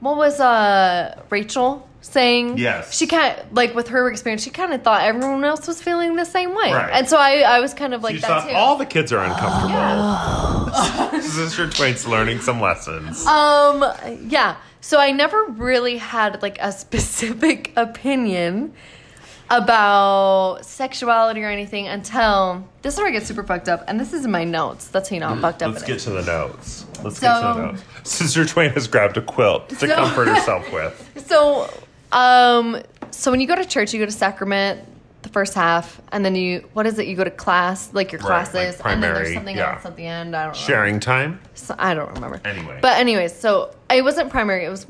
what was uh Rachel saying?
Yes.
She kind of, like with her experience, she kind of thought everyone else was feeling the same way,
Right.
and so I I was kind of like
you
that
thought
too.
all the kids are uncomfortable. Sister Twain's learning some lessons.
um, yeah. So I never really had like a specific opinion about sexuality or anything until this is where I get super fucked up, and this is in my notes. That's how you know I'm fucked up.
Mm-hmm. Let's
in
get
it.
to the notes. Let's
So-
get to the notes. Sister Twain has grabbed a quilt to
So-
comfort herself with.
So, um, so when you go to church, you go to sacrament the first half, and then you what is it? You go to class, like your
Right, like
classes, and then
primary,
there's something
yeah.
else at the end. I don't remember.
Sharing time.
So- I don't remember.
Anyway.
but anyways, so it wasn't primary. It was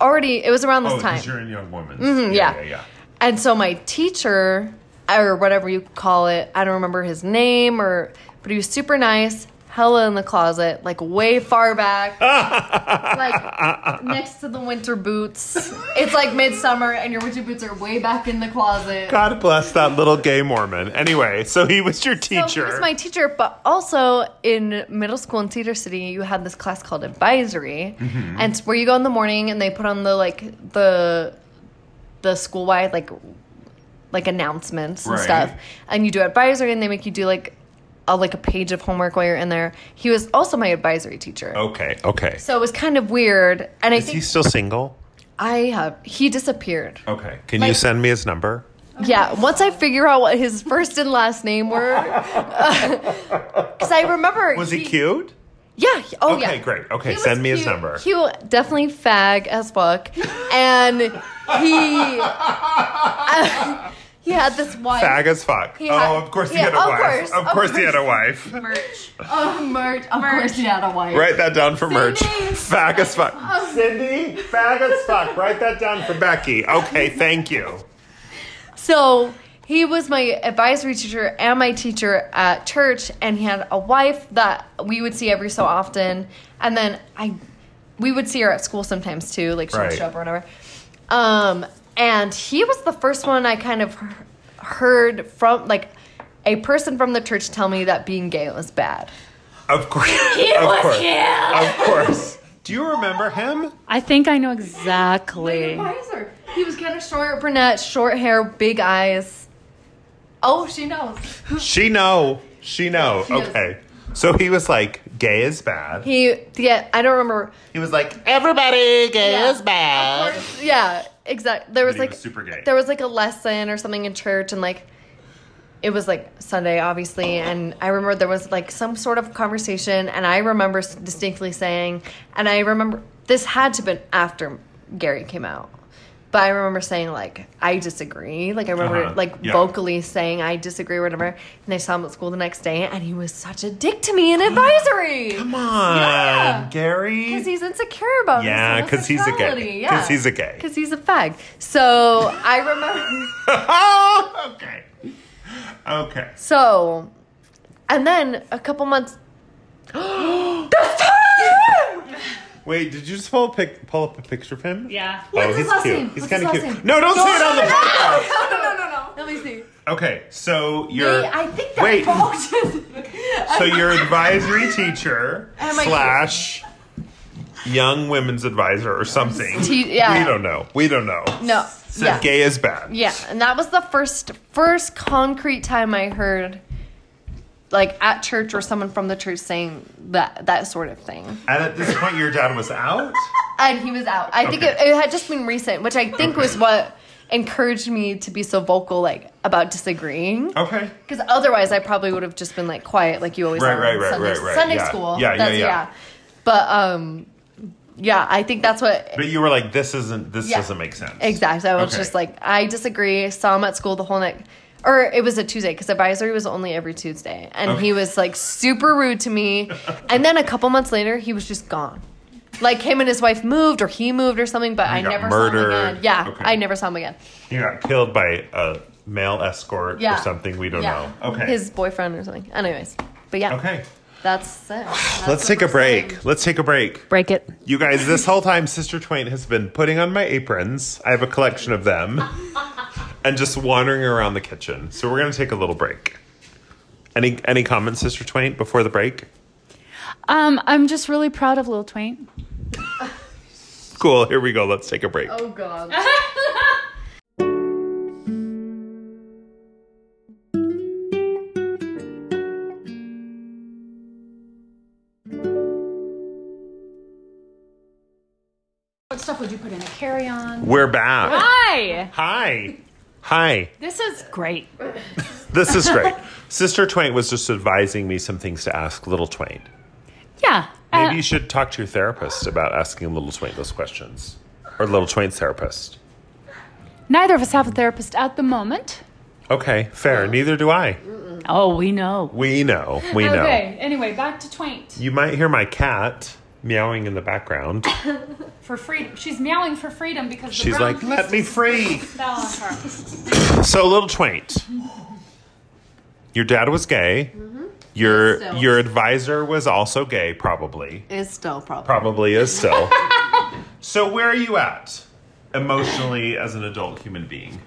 already. It was around this
Oh,
time, Mm-hmm,
because you're in young women.
yeah.
yeah, yeah.
and so my teacher or whatever you call it, I don't remember his name or, but he was super nice. Hella in the closet, like way far back, like next to the winter boots. It's like midsummer, and your winter boots are way back in the closet.
God bless that little gay Mormon. Anyway, so he was your teacher.
So he was my teacher, but also in middle school in Cedar City, you had this class called advisory,
Mm-hmm.
and it's where you go in the morning and they put on the like the the school wide like like announcements and
Right.
stuff, and you do advisory, and they make you do like a like a page of homework while you're in there. He was also my advisory teacher,
okay, okay.
so it was kind of weird, and
Oh.
I
Is he
think
still single?
I have he disappeared.
Okay. Can you
Like-
send me his number?
Yeah, once I figure out what his first and last name were, because I remember
Was he cute?
Yeah. he- Oh, yeah.
Okay, great. Okay,
He was
send me his
cute-
number.
Cute, definitely fag as fuck, and he he had this wife
Fag as fuck.
He
oh,
had-
of course he
yeah,
had a
of
wife.
course,
of
of
course he had a wife.
Oh, merch. Of course, you had a wife.
Write that down for merch.
Cindy.
Fag as fuck. Cindy, fag as fuck. Write that down for Becky. Okay, thank you.
So he was my advisory teacher and my teacher at church, and he had a wife that we would see every so often, and then I, we would see her at school sometimes too, like she would
Right.
show up or whatever. Um, and he was the first one I kind of heard from like a person from the church tell me that being gay was bad.
Of course. of course. Of course. Do you remember him?
I think I know exactly.
Kaiser.
He was kind of short, brunette, short hair, big eyes.
Oh, she knows.
She know. She know.
Yes.
okay. So he was like, gay is bad. He,
He, yeah, I don't remember.
was like, everybody gay is bad.
Yeah, exactly. There was
he was
like
super gay.
There was like a lesson or something in church, and like it was like Sunday, obviously. And I remember there was like some sort of conversation, and I remember s- distinctly saying, and I remember this had to have been after Gary came out. But I remember saying like I disagree. Like I remember
Uh-huh.
like
Yeah.
vocally saying I disagree, or whatever. And they saw him at school the next day, and he was such a dick to me in advisory
Come on,
because
Gary.
he's insecure about
Yeah,
his
because he's a gay.
homosexuality.
Because
Yeah,
he's a gay.
because he's a fag. So I remember.
oh, okay. Okay.
So, and then a couple months.
Wait, did you just pull, a pic- pull up a picture of him?
Yeah.
Oh,
his
he's
last
cute.
name?
He's
What's
kind of
his
cute.
last name?
No, don't say it on the podcast.
No, no, no, no. Let me see.
Okay, so you're.
I think that
Wait.
both.
So your advisory teacher
Am I-
slash young women's advisor or something.
Te- yeah.
We don't know. We don't know.
No.
Said
yeah.
gay is bad.
Yeah, and that was the first first concrete time I heard, like at church or someone from the church saying that that sort of thing.
And at this point, your dad was out.
And he was out. I think it, it had just been recent, which I think was what encouraged me to be so vocal, like about disagreeing.
Okay.
Because otherwise, I probably would have just been like quiet, like you always
Right,
are.
right,
on
right,
Sunday,
right, right.
Sunday
Yeah.
school.
Yeah, yeah,
that's,
yeah.
But um, yeah, I think that's what
But you were like, this isn't. This
Yeah.
doesn't make sense.
exactly. I was
Okay.
just like, I disagree. Saw him at school the whole night, or it was a Tuesday because advisory was only every Tuesday, and
Okay.
he was like super rude to me. and then a couple months later, he was just gone. Like him and his wife moved, or he moved, or something. But I
got
never saw him
murdered.
again. Yeah,
Okay. Oh,
I never saw him again.
You got killed by a male escort
Yeah.
or something. We don't
Yeah.
know. Okay.
His boyfriend or something. Anyways, but yeah,
okay.
that's it. That's
Let's
the
take a
first
break.
time.
Let's take a break.
Break it.
You guys, this whole time, Sister Twain has been putting on my aprons. I have a collection of them and just wandering around the kitchen. So we're going to take a little break. Any any comments, Sister Twain, before the break?
Um, I'm just really proud of Lil Twain.
Cool. Here we go. Let's take a break.
Oh god.
What stuff would you put in a carry on?
We're back.
Hi.
Hi. Hi.
This is great.
This is great. Sister Twain was just advising me some things to ask Little Twain.
Yeah. Uh,
Maybe you should talk to your therapist about asking Little Twain those questions or Little Twain's therapist.
neither of us have a therapist at the moment.
Okay, fair. Neither do I.
Oh, we know.
We know. We know.
Okay. Anyway, back to Twaint
You might hear my cat meowing in the background.
for freedom. She's meowing for freedom because the
She's
brown
like, let me free.
fell on her.
So, little Twaint, your dad was gay. Your
Still.
your advisor was also gay, probably.
Is still probably.
Probably is still. so, where are you at emotionally as an adult human being?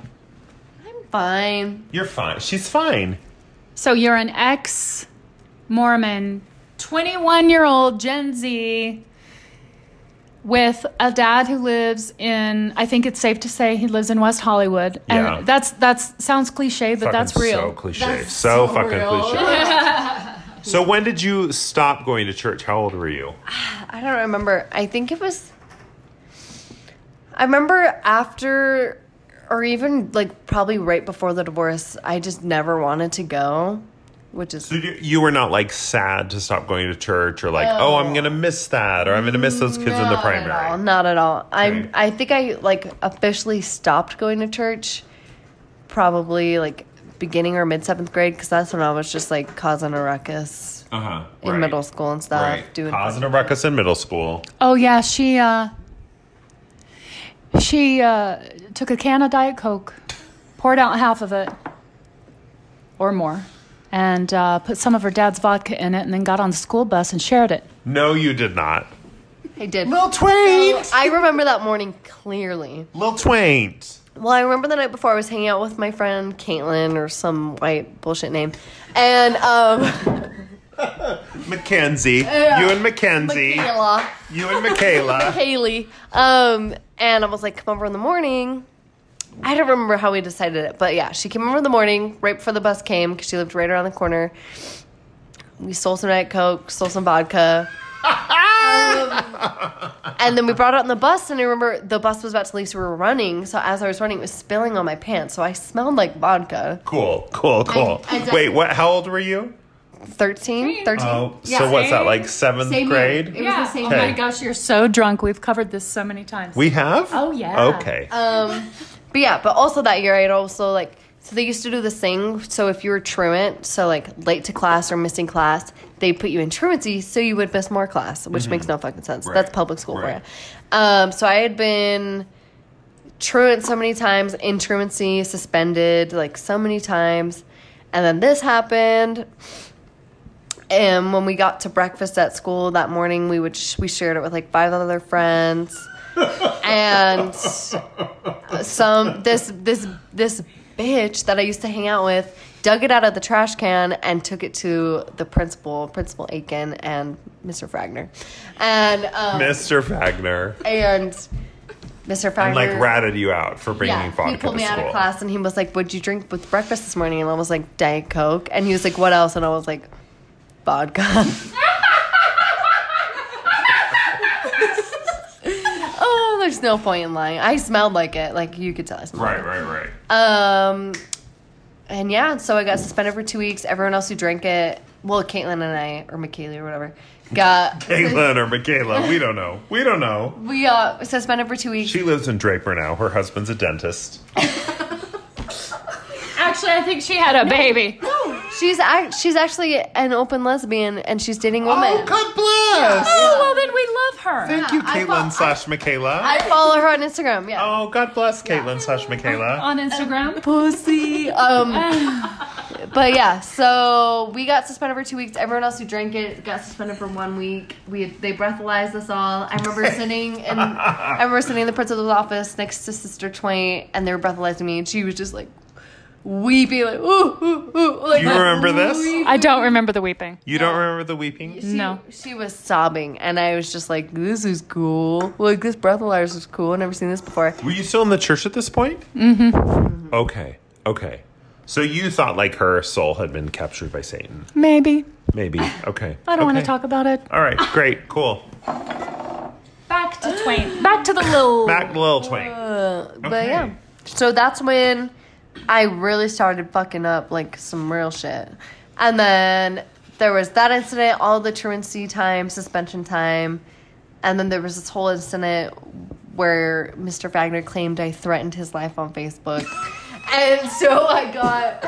Fine.
You're fine. She's fine.
So you're an ex Mormon, 21 year old Gen Z with a dad who lives in I think it's safe to say he lives in West Hollywood.
Yeah.
And that's that's sounds cliche, but that's
Fucking
real.
So cliche.
That's
so,
so
fucking
real.
cliche. so, when did you stop going to church? How old were you?
I don't remember. I think it was. I remember after, or even like probably right before the divorce, I just never wanted to go, which is
So you, you were not like sad to stop going to church or like, oh, I'm going to miss that or I'm going to miss those kids in the
not
primary.
at all. Not at all.
Okay.
I I think I like officially stopped going to church, probably like beginning or mid seventh grade, because that's when I was just like causing a ruckus
Uh-huh.
in
Right.
middle school and stuff,
Right.
doing
Causing a ruckus in middle school.
Oh yeah, she uh she uh took a can of Diet Coke, poured out half of it or more, and uh, put some of her dad's vodka in it and then got on the school bus and shared it.
No, you did not.
I did.
Lil Twain!
I remember that morning clearly.
Lil Twain.
Well, I remember the night before I was hanging out with my friend Caitlin or some white bullshit name, and um,
Mackenzie, you and Mackenzie,
Michaela,
you and Michaela.
Haley, um, and I was like, "Come over in the morning." I don't remember how we decided it, but yeah, she came over in the morning right before the bus came because she lived right around the corner. We stole some Diet Coke, stole some vodka. Um, and then we brought it on the bus, and I remember the bus was about to leave, so we were running. So as I was running, it was spilling on my pants, so I smelled like vodka.
Cool, cool, cool.
I definitely-
Wait, what? How old were you?
13? 13?
Oh, so what's that? Like seventh grade?
It
Yeah.
was the same
Oh
Okay.
my gosh, you're so drunk. We've covered this so many times.
We have.
Oh, yeah.
Okay.
Uh, But yeah, but also that year I'd also like so they used to do this thing. So if you were truant, so like late to class or missing class, they put you in truancy, so you would miss more class, which makes no fucking sense.
Mm-hmm. Right.
That's public school
Right.
for you. Um, so I had been truant so many times, in truancy, suspended like so many times, and then this happened. And when we got to breakfast at school that morning, we would sh- we shared it with like five other friends, and some this this this bitch that I used to hang out with dug it out of the trash can and took it to the principal, Principal Aiken and Mr. Fragner, and um,
Mr. Wagner,
and Mr. Fragner
and like ratted you out for bringing vodka
he pulled
to
me
school.
out of class and he was like, "What'd you drink with breakfast this morning?" And I was like, "Diet Coke." And he was like, "What else?" And I was like, "Vodka." oh, there's no point in lying. I smelled like it. Like you could tell. I smelled.
Right, right, right.
Um, and yeah, so I got suspended for two weeks. Everyone else who drank it, well, Caitlin and I, or Michaela or whatever, got
Caitlin or Michaela, we don't know. We don't know.
we uh suspended for two weeks.
She lives in Draper now. Her husband's a dentist.
Actually, I think she had a baby.
Oh,
She's act- she's actually an open lesbian and she's dating women.
Oh, God bless!
Oh, well, then we love her.
Thank you, Caitlin slash Michaela.
I follow her on Instagram. Yeah.
oh, God bless Caitlin slash Michaela.
On Instagram.
Pussy. Um. but yeah, so we got suspended for two weeks. Everyone else who drank it got suspended for one week. We they breathalyzed us all. I remember sitting in I remember sitting in the principal's office next to Sister Twain, and they were breathalyzing me, and she was just like weeping, like ooh ooh ooh. Like,
You remember this?
I don't remember the weeping.
You don't remember the weeping?
She-
No.
She was sobbing, and I was just like, this is cool. Like, this breathalyzer is cool. I've never seen this before.
Were you still in the church at this point? Mm-hmm. Okay, okay. So you thought like her soul had been captured by Satan?
Maybe.
Maybe. Okay.
I don't want to
Okay.
talk about it.
All right, great, cool.
Back to Twain. Back to the little.
Back to Lil Twang.
Uh, But yeah. So that's when I really started fucking up like some real shit. And then there was that incident, all the truancy time, suspension time. And then there was this whole incident where Mr. Wagner claimed I threatened his life on Facebook. and so I got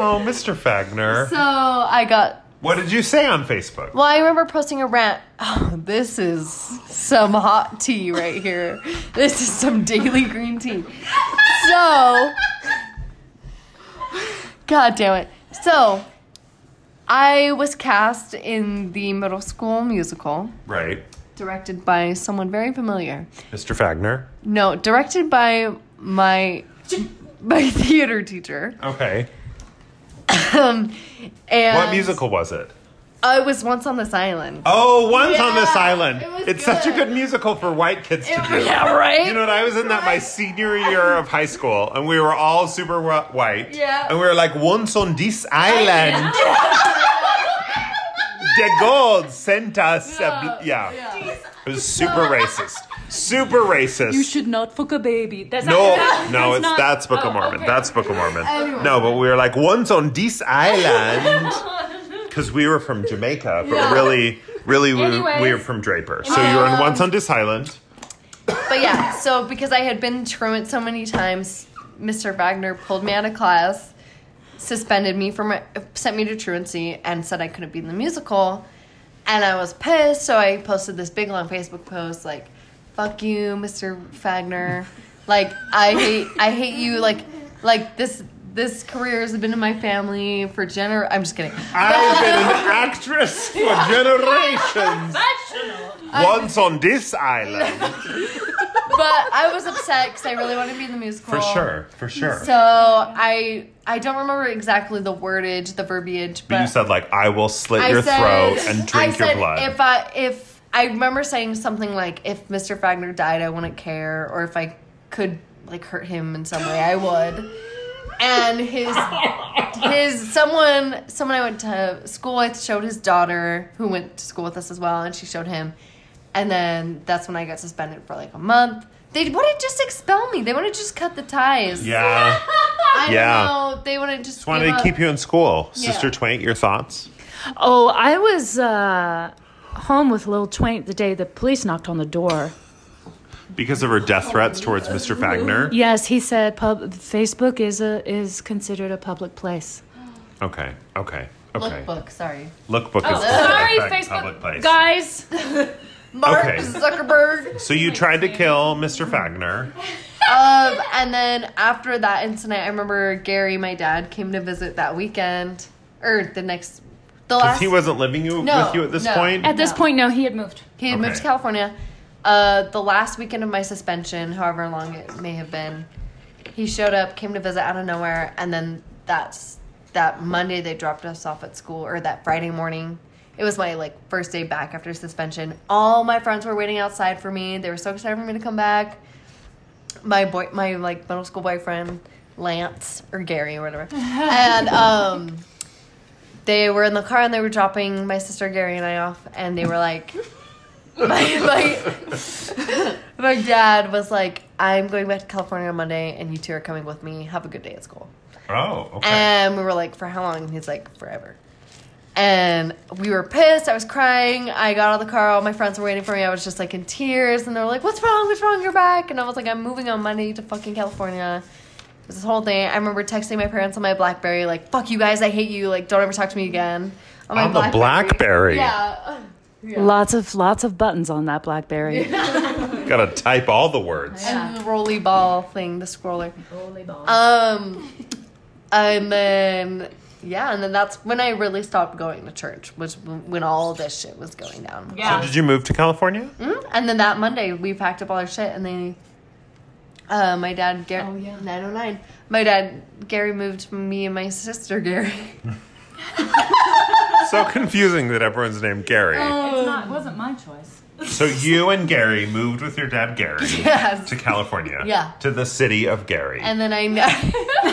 Oh, Mr. Fagner.
so I got
what did you say on Facebook?
well, I remember posting a rant. Oh, this is some hot tea right here. This is some daily green tea. So, God damn it. So, I was cast in the middle school musical
Right.
directed by someone very familiar.
Mr. Fagner.
No, directed by my my theater teacher.
Okay.
Um, and
What musical was it?
I was once on this island.
Oh, Once on This
Yeah,
Island.
it was
it's such a
good.
good musical for white kids to do.
Yeah, right.
You know what? I was in that my senior year of high school, and we were all super wh- white.
Yeah.
And we were like, once on this island, the gold sent us. a bl- yeah. It was super racist. Super racist.
You should not fuck a baby. That's
No,
that's
no, it's
not-
that's Book
oh,
of Mormon.
okay.
That's Book of Mormon. No, but we were like once on this island because we were from Jamaica, but really, really we,
Anyways.
we were from Draper. So you were on once on this island.
But yeah, so because I had been truant so many times, Mr. Wagner pulled me out of class, suspended me from my, sent me to truancy, and said I couldn't be in the musical. And I was pissed, so I posted this big long Facebook post like, "Fuck you, Mr. Fagner! Like I hate I hate you! Like like this this career has been in my family for gener. I'm just kidding.
I've been an actress for generations. Once on this island.
but I was upset because I really wanted to be in the musical.
For sure, for sure.
Oh. So I I don't remember exactly the wordage, the verbiage, but,
but you said like, I will slit
I
your
said-
throat and drink
I
your
said
blood.
If I if I remember saying something like if Mr. Fagner died, I wouldn't care, or if I could like hurt him in some way, I would. And his his someone someone I went to school with showed his daughter who went to school with us as well, and she showed him. And then that's when I got suspended for like a month. They wouldn't just expel me. They would have just cut the ties.
yeah,
I don't
Yeah.
know. They wouldn't just.
just wanted to keep you in school, Sister Twain. Your thoughts?
Oh, I was uh, home with Lil Twain the day the police knocked on the door.
Because of her death threats towards Mr. Fagner.
Yes, he said pub- Facebook is a is considered a public place.
Okay, okay, okay. Lookbook,
Lookbook. Oh, Sorry,
is
Sorry,
public, public
Facebook
place.
guys.
Mark
Okay.
Zuckerberg.
So you tried to kill Mr. Fagner.
Um, and then after that incident, I remember Gary, my dad, came to visit that weekend or the next, the
Because
last.
he wasn't living you,
No,
with you at this
no.
point?
At this point, no, he had moved.
he had moved to
Okay.
California. Uh, the last weekend of my suspension, however long it may have been, he showed up, came to visit out of nowhere, and then that's that Monday they dropped us off at school, or that Friday morning. It was my like first day back after suspension. All my friends were waiting outside for me. They were so excited for me to come back. my boy, my like middle school boyfriend, Lance or Gary or whatever, and um, they were in the car and they were dropping my sister Gary and I off, and they were like, my my, my dad was like, I'm going back to California on Monday, and you two are coming with me. Have a good day at school.
oh, okay.
And we were like, for how long? And he's like, forever. And we were pissed. I was crying. I got out of the car. All my friends were waiting for me. I was just like in tears. And they were like, what's wrong? What's wrong? You're back. And I was like, I'm moving on Monday to fucking California. It was this whole thing. I remember texting my parents on my Blackberry, like, fuck you guys. I hate you. Like, don't ever talk to me again. my
On the Blackberry.
Yeah.
Lots of lots of buttons on that BlackBerry.
Gotta type all the words.
and the rolly ball thing, the scroller. Rolly ball. Um, and then yeah, and then that's when I really stopped going to church, was when all this shit was going down.
So
Mm-hmm.
Yeah.
did you move to California?
And then that Monday, we packed up all our shit, and they, uh, my dad, Gary, oh, yeah. 909. My dad, Gary, moved me and my sister, Gary.
So confusing that everyone's named Gary.
Mm.
It's not, it wasn't my choice.
So you and Gary moved with your dad Gary
yes.
to California.
Yeah.
To the city of Gary.
And then I, ne-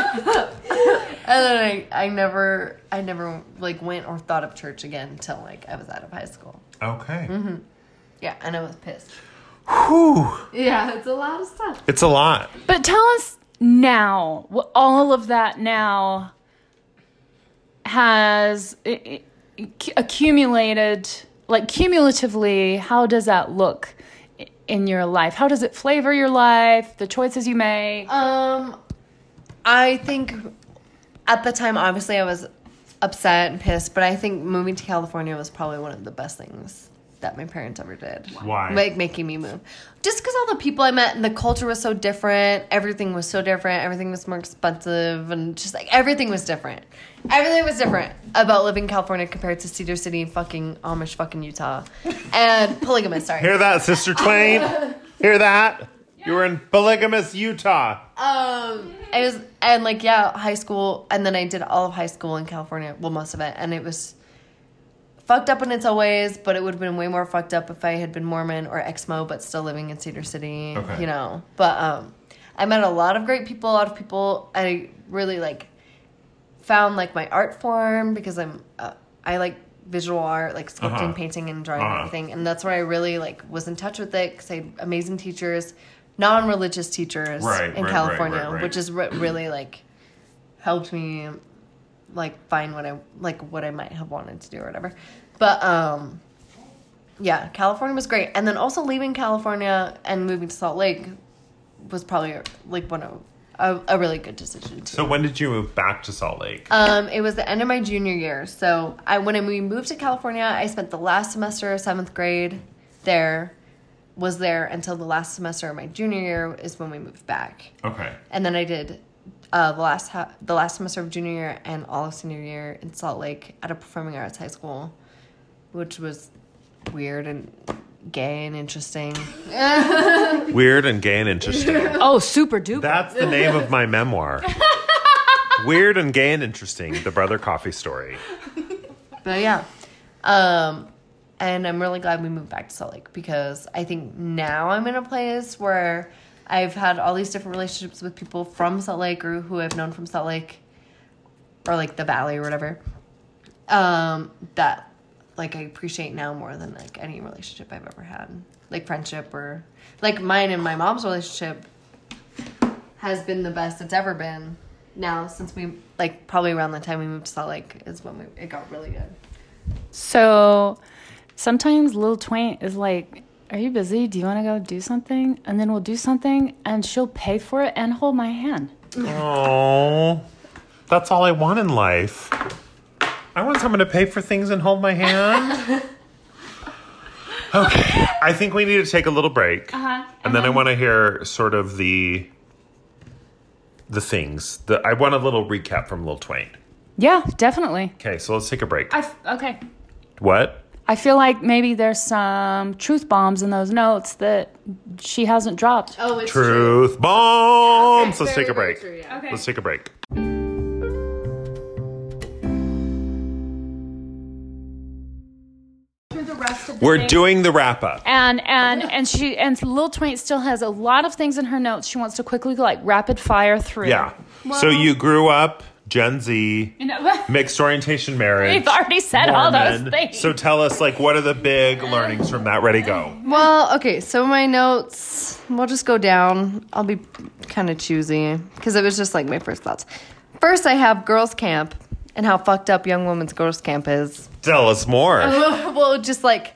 and then I, I never, I never like went or thought of church again until like I was out of high school.
okay.
Mm-hmm. Yeah, and I was pissed.
Whew.
Yeah, it's a lot of stuff.
It's a lot.
But tell us now, what all of that now has i- i- accu- accumulated, like cumulatively, how does that look i- in your life? How does it flavor your life, the choices you make?
Um, I think at the time, obviously, I was upset and pissed, but I think moving to California was probably one of the best things that my parents ever did.
Why?
Like making me move. Just because all the people I met and the culture was so different, everything was so different, everything was more expensive, and just like everything was different. Everything was different about living in California compared to Cedar City, fucking Amish, fucking Utah, and polygamous. Sorry.
Hear that, Sister Twain? Hear that? You were in polygamous Utah.
Um, it was and like yeah, high school, and then I did all of high school in California, well most of it, and it was fucked up in its own ways, but it would have been way more fucked up if I had been Mormon or Exmo, but still living in Cedar City,
Okay.
you know. But um, I met a lot of great people, a lot of people I really like found like my art form because I'm uh, I like visual art, like sculpting,
Uh-huh.
painting, and drawing
Uh-huh.
everything, and that's where I really like was in touch with it because I had amazing teachers, non-religious teachers
Right,
in
right,
California,
right, right, right.
which is re- really like helped me like find what I like what I might have wanted to do or whatever. But um yeah, California was great. And then also leaving California and moving to Salt Lake was probably like one of a, a really good decision too.
So when did you move back to Salt Lake?
Um, it was the end of my junior year. So I when we moved to California, I spent the last semester of seventh grade there, was there until the last semester of my junior year is when we moved back.
okay.
And then I did uh, the last ha- the last semester of junior year and all of senior year in Salt Lake at a performing arts high school, which was weird and gay and interesting.
Weird and gay and interesting.
Oh, super duper.
That's the name of my memoir. Weird and gay and interesting. The brother coffee story.
But yeah. Um and I'm really glad we moved back to Salt Lake because I think now I'm in a place where I've had all these different relationships with people from Salt Lake or who I've known from Salt Lake or like the valley or whatever. Um that like I appreciate now more than like any relationship I've ever had. Like friendship or like mine and my mom's relationship has been the best it's ever been. Now since we like probably around the time we moved to Salt Lake is when we it got really good.
So sometimes Lil Twain is like, Are you busy? Do you want to go do something? And then we'll do something and she'll pay for it and hold my hand.
Oh, that's all I want in life. I want someone to pay for things and hold my hand. Okay, I think we need to take a little break,
Uh-huh.
and then I want to hear sort of the the things. The, I want a little recap from Lil Twain.
Yeah, definitely.
Okay, so let's take a break.
I f- okay.
what?
I feel like maybe there's some truth bombs in those notes that she hasn't dropped.
Oh, it's
Truth bombs. Let's take a break.
Okay.
Let's take a break.
the rest of the
We're
thing.
doing the wrap up.
And and and she and Lil Twain still has a lot of things in her notes she wants to quickly like rapid fire through.
Yeah. so you grew up Gen Z,
You know,
mixed orientation marriage.
We've already said all
Mormon.
those things.
So tell us, like, what are the big learnings from that? Ready, go.
Well, okay, so my notes, we'll just go down. I'll be kind of choosy because it was just like my first thoughts. First, I have girls' camp and how fucked up young women's girls' camp is.
Tell us
Oh.
more.
well, just like,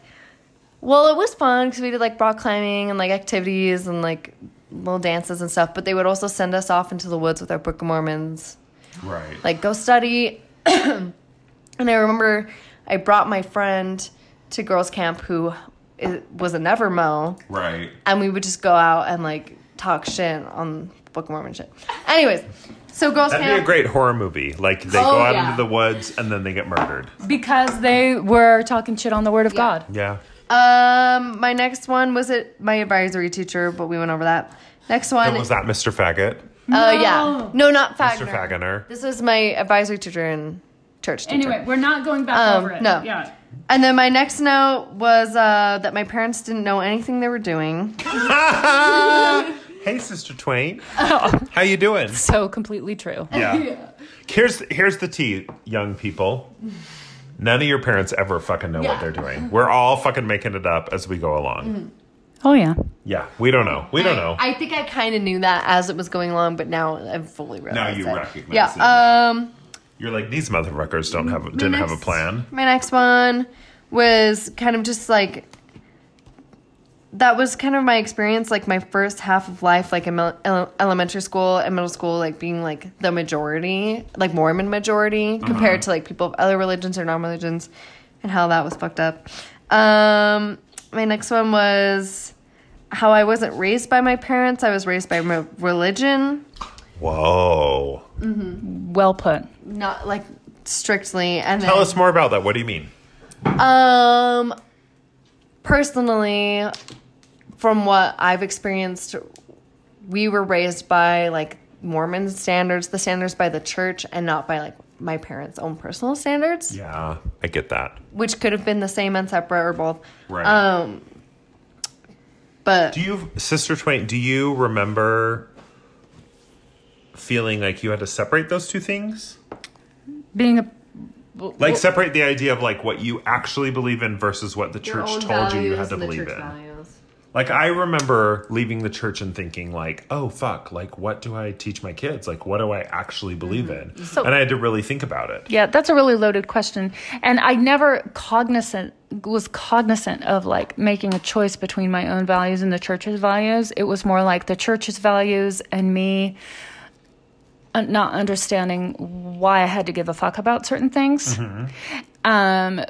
well, it was fun because we did like rock climbing and like activities and like little dances and stuff, but they would also send us off into the woods with our Book of Mormons
Right.
like go study and i remember i brought my friend to girls camp who i- was a never mo
right.
and we would just go out and like talk shit on book of mormon shit anyways so girls
That'd be
camp
a great horror movie. Like, they go
Oh,
out
yeah.
into the woods and then they get murdered.
because they were talking shit on the word of God.
Yeah.
um my next one was it my advisory teacher but we went over that next one
And was that Mr. Faggot?
uh yeah no not
Mr.
Fagner.
Faggoner.
this was my advisory teacher in church teacher.
anyway, we're not going back
Oh,
Um,
over it.
no.
Yeah.
and then my next note was uh that my parents didn't know anything they were doing
Hey, Sister Twain.
Oh.
How you doing?
So completely true.
Yeah. Here's here's the tea, young people. None of your parents ever fucking know what they're doing. We're all fucking making it up as we go along.
Oh yeah.
Yeah, we don't know. We don't know.
Mm-hmm. I think I kind of knew that as it was going along, but now I've fully realized.
you
it.
recognize
yeah,
it, yeah.
Yeah. Um,
You're like these motherfuckers don't
Mm-hmm.
have didn't have a
next-
plan.
my next one was kind of just like that was kind of my experience, like my first half of life, like in mil- ele- elementary school and middle school, like being like the majority, like Mormon majority,
Uh-huh.
compared to like people of other religions or non religions, and how that was fucked up. Um, my next one was how I wasn't raised by my parents; I was raised by my religion.
Whoa.
Well put.
not like strictly and
Tell
then
us more about that. What do you mean?
um personally from what i've experienced we were raised by like mormon standards the standards by the church and not by like my parents own personal standards
Yeah, I get that.
which could have been the same and separate or both
Right.
um but
do you, Sister Twain, do you remember feeling like you had to separate those two things?
Being a
Like separate the idea of like what you actually believe in versus what the church told you you had to believe in. Like I remember leaving the church and thinking like, "Oh fuck, like what do I teach my kids? Like what do I actually believe in?" and I had to really think about it.
yeah, that's a really loaded question, and I never cognizant was cognizant of like making a choice between my own values and the church's values. It was more like the church's values and me uh, not understanding why I had to give a fuck about certain things, um,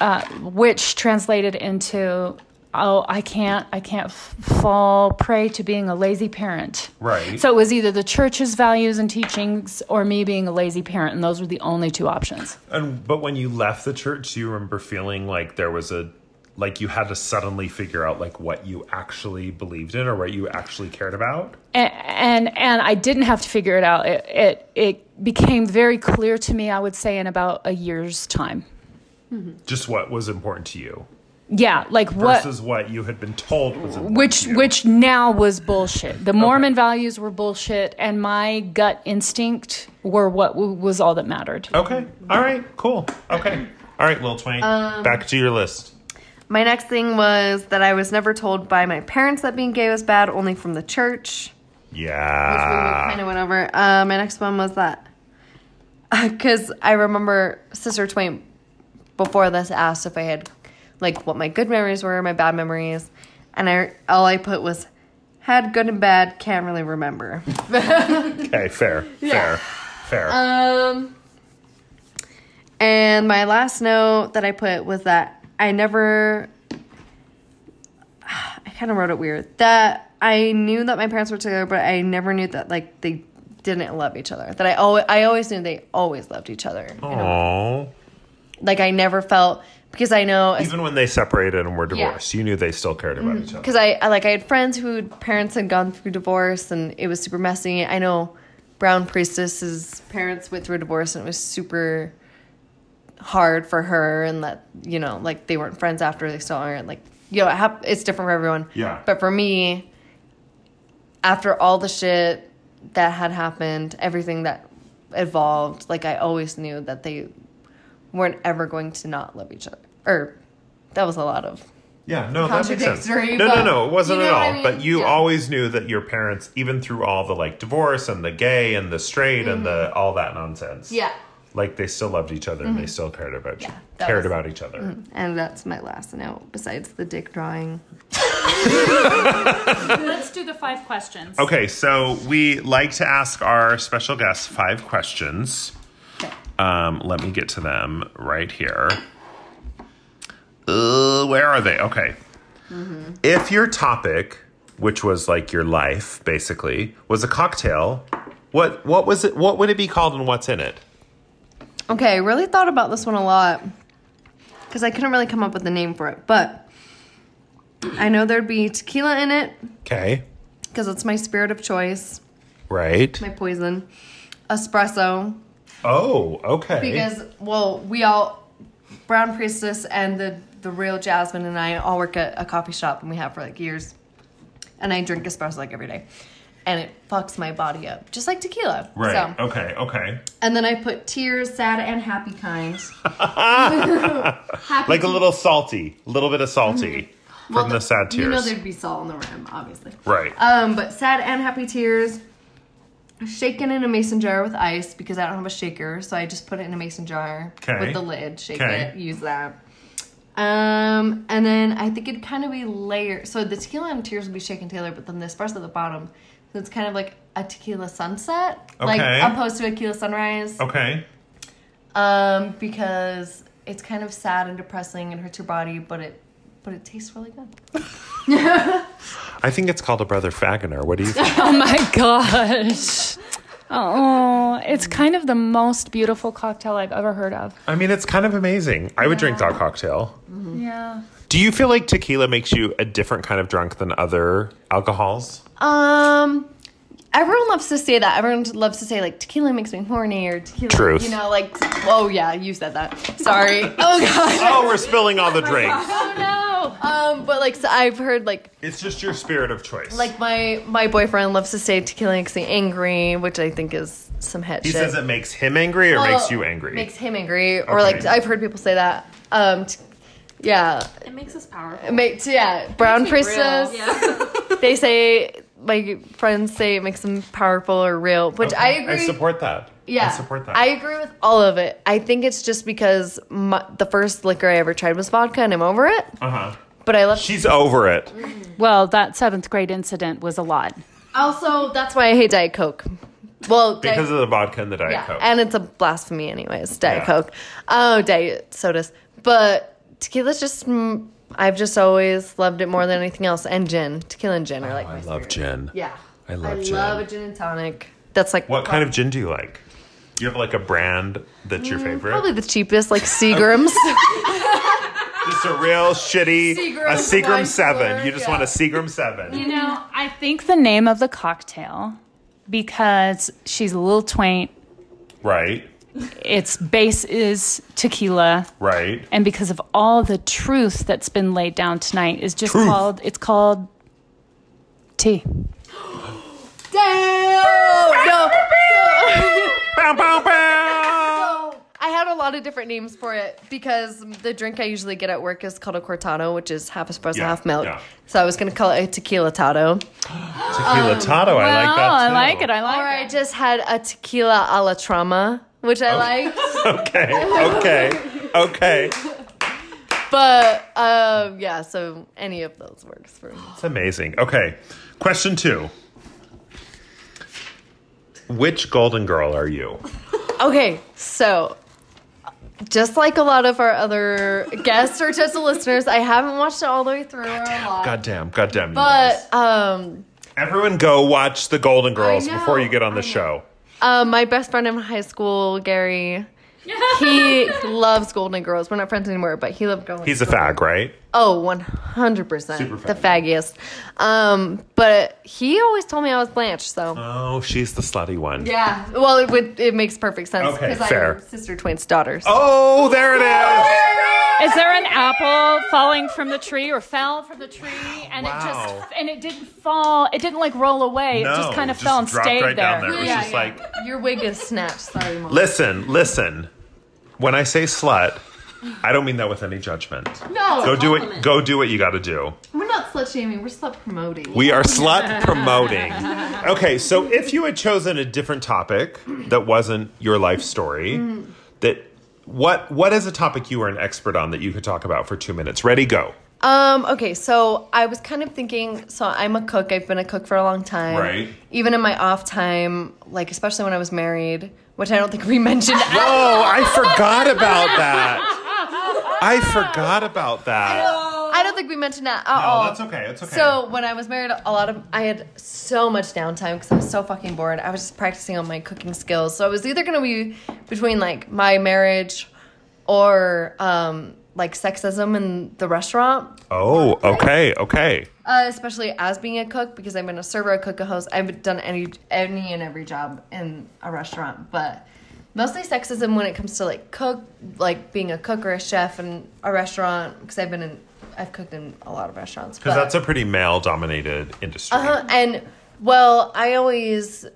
uh, which translated into oh I can't I can't f- fall prey to being a lazy parent.
Right.
So it was either the church's values and teachings or me being a lazy parent, and those were the only two options.
And but when you left the church, do you remember feeling like there was a like you had to suddenly figure out like what you actually believed in or what you actually cared about?
and and, and I didn't have to figure it out. It, it it became very clear to me. I would say in about a year's time.
Just what was important to you
Yeah, like what
versus what, you had been told was important
which
to you.
which now was bullshit. The Mormon values were bullshit, and my gut instinct were what w- was all that mattered.
Okay. All right. Cool. Okay. All right, Lil Twain.
Um,
back to your list.
My next thing was that I was never told by my parents that being gay was bad, only from the church.
Yeah.
kind of went over. Uh, my next one was that because I remember Sister Twain before this asked if I had like what my good memories were, my bad memories, and I all I put was had good and bad, can't really remember.
Okay. Fair. Fair. Fair.
Um, and my last note that I put was that I never. I kind of wrote it weird. That I knew that my parents were together, but I never knew that like they didn't love each other. That I always, I always knew they always loved each other.
Aww.
Like I never felt because I know
Even when they separated and were divorced, you knew they still cared about each other.
because I, I like I had friends who parents had gone through divorce and it was super messy. I know Brown Priestess's parents went through a divorce and it was super hard for her and that you know like they weren't friends after they still aren't like you know it hap- it's different for everyone.
Yeah.
But for me, after all the shit that had happened, everything that evolved, like I always knew that they weren't ever going to not love each other. Or that was a lot of
Yeah. No, that makes sense. No,
Contradictory,
no,
but
no. It wasn't
you know
at
what
all.
I mean?
But you
Yeah.
always knew that your parents, even through all the like divorce and the gay and the straight and the all that nonsense.
Mm-hmm. Yeah. Mm-hmm.
Like they still loved each other and they still cared about you.
that
cared
was- Mm-hmm.
about each other.
And that's my last note, besides the dick drawing.
Let's do the five questions.
Okay, so we like to ask our special guests five questions. Um, let me get to them right here. Uh, where are they? Okay.
Mm-hmm.
If your topic, which was like your life basically, was a cocktail, what what was it? What would it be called, and what's in it?
Okay, I really thought about this one a lot because I couldn't really come up with a name for it, but I know there'd be tequila in it
Okay,
because it's my spirit of choice,
right.
my poison. Espresso
Oh, okay.
because well, we all Brown Priestess and the the real Jasmine and I all work at a coffee shop and we have for like years, and I drink espresso like every day, and it fucks my body up just like tequila.
right.
So.
Okay. Okay.
And then I put tears, sad and happy kind.
Like a little salty, a little bit of salty from
Mm-hmm. Well,
the sad tears.
You know there'd be salt in the rim, obviously.
right.
Um, but sad and happy tears. Shaken in a mason jar with ice because I don't have a shaker, so I just put it in a mason jar
'Kay.
with the lid, shake
'Kay.
it, use that. Um, and then I think it'd kind of be layered. So the tequila and tears would be shaken together, but then the espresso at the bottom. So it's kind of like a tequila sunset,
Okay.
like opposed to a tequila sunrise.
okay.
Um, because it's kind of sad and depressing and hurts your body, but it but it tastes really good.
I think it's called a brother Faginer. What do you think?
Oh my gosh. Oh, it's kind of the most beautiful cocktail I've ever heard of.
I mean, it's kind of amazing. I would drink that cocktail.
Yeah.
Do you feel like tequila makes you a different kind of drunk than other alcohols?
Um, everyone loves to say that. Everyone loves to say like tequila makes me horny or tequila.
Truth.
You know, like oh yeah, you said that. Sorry. oh god.
Oh, we're spilling all the drinks.
Um, but like so I've heard like
It's just your spirit of choice.
like my my boyfriend loves to say tequila makes me angry, which I think is some head
he
shit.
says it makes him angry or makes
Oh,
you angry.
Makes him angry, or
Okay.
like I've heard people say that. Um, t- yeah,
It makes us powerful.
it makes yeah brown princess.
Yeah.
They say my friends say it makes them powerful or real, which
Okay,
I agree.
I support that.
Yeah,
I support that.
I agree with all of it. I think it's just because my, the first liquor I ever tried was vodka, and I'm over it.
uh huh.
But I love.
She's over it.
Well, that seventh grade incident was a lot.
also, that's why I hate Diet Coke. Well, Diet,
Because of the vodka and the Diet
yeah,
Coke.
and it's a blasphemy, anyways. Diet
Yeah.
Coke. Oh, Diet sodas. But tequila's just. mm, I've just always loved it more than anything else. And gin, tequila and gin are like
Oh, I
my
love
favorite.
gin.
Yeah,
I love
I
gin.
love a gin and tonic. That's like
What kind of gin do you like?
Mm,
Do you have like a brand that's your favorite?
Probably the cheapest, like Seagram's.
Just a real shitty
Seagram
a Seagram
wine
seven.
cooler,
you just
yeah.
want a Seagram seven.
You know,
I think the name of the cocktail, because she's a little twaint,
Right.
its base is tequila,
Right.
and because of all the truth that's been laid down tonight, is just
Truth.
called it's called tea.
Damn! No.
Bow, bow, bow.
I had a lot of different names for it because the drink I usually get at work is called a cortado, which is half espresso,
Yeah,
half milk.
yeah.
So I was going to call it a tequila tado.
Tequila Tato, I like that.
oh, I
too.
like it. I like
Or I just had a tequila a la trauma, which
Oh.
I liked.
Okay. Okay. Okay.
But um, yeah, so any of those works for me.
It's amazing. Okay. Question two. Which golden girl are you?
Okay, so just like a lot of our other guests or just the listeners, I haven't watched it all the way through or a lot.
Goddamn, goddamn. you guys.
But um,
everyone go watch the Golden Girls
know,
before you get on the show.
uh, my best friend in high school, Gary, he loves Golden Girls. We're not friends anymore, but he loved Golden
He's a fag, right?
Oh, 100%.
Super
the
fag.
faggiest. Um, but he always told me I was Blanche, so.
Oh, she's the slutty one.
Yeah. Well, it would it makes perfect sense
Okay,
because
fair.
I'm sister twins daughters.
Oh, there it is.
it. Is there an apple falling from the tree or fell from the tree and it
Wow.
just and it didn't fall. It didn't like roll away. it just
No,
kind of
just
fell and
dropped
stayed there.
right down there. It was
Yeah,
just
yeah.
like,
Your wig is snatched. Sorry, mom.
listen, listen. When I say slut, I don't mean that with any judgment.
No,
Go do it. Go do what you got to do.
we're not slut shaming. We're slut promoting.
We are slut promoting. Okay, so if you had chosen a different topic that wasn't your life story,
Mm-hmm.
that what what is a topic you are an expert on that you could talk about for two minutes? Ready, go.
Um. Okay. So I was kind of thinking. So I'm a cook. I've been a cook for a long time.
Right.
Even in my off time, like especially when I was married, which I don't think we mentioned.
Oh, I forgot about that. I forgot about that.
I don't think we mentioned that at
No,
all.
that's okay. It's okay.
So when I was married, a lot of I had so much downtime because I was so fucking bored. I was just practicing on my cooking skills. So I was either gonna be between like my marriage or um, like sexism in the restaurant,
Oh, okay, okay.
uh, especially as being a cook because I've been a server, a cook, a host. I've done any any and every job in a restaurant, but mostly sexism when it comes to like cook, like being a cook or a chef in a restaurant because I've been in. I've cooked in a lot of restaurants.
Because
but-
that's a pretty male-dominated industry.
uh-huh. And well, I always,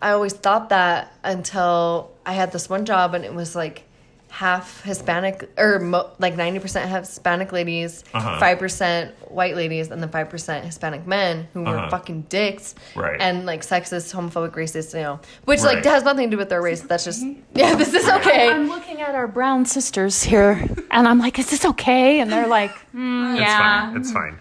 I always thought that until I had this one job, and it was like half Hispanic or mo- like ninety percent Hispanic ladies, 5
Uh-huh.
percent white ladies, and then five percent Hispanic men who were
Uh-huh.
fucking dicks
Right.
and like sexist, homophobic, racist, you know, which like
Right.
has nothing to do with their race. That's just yeah, this is okay.
I'm looking at our brown sisters here, and I'm like, "Is this okay?" And they're like,
It's
yeah.
fine. It's fine.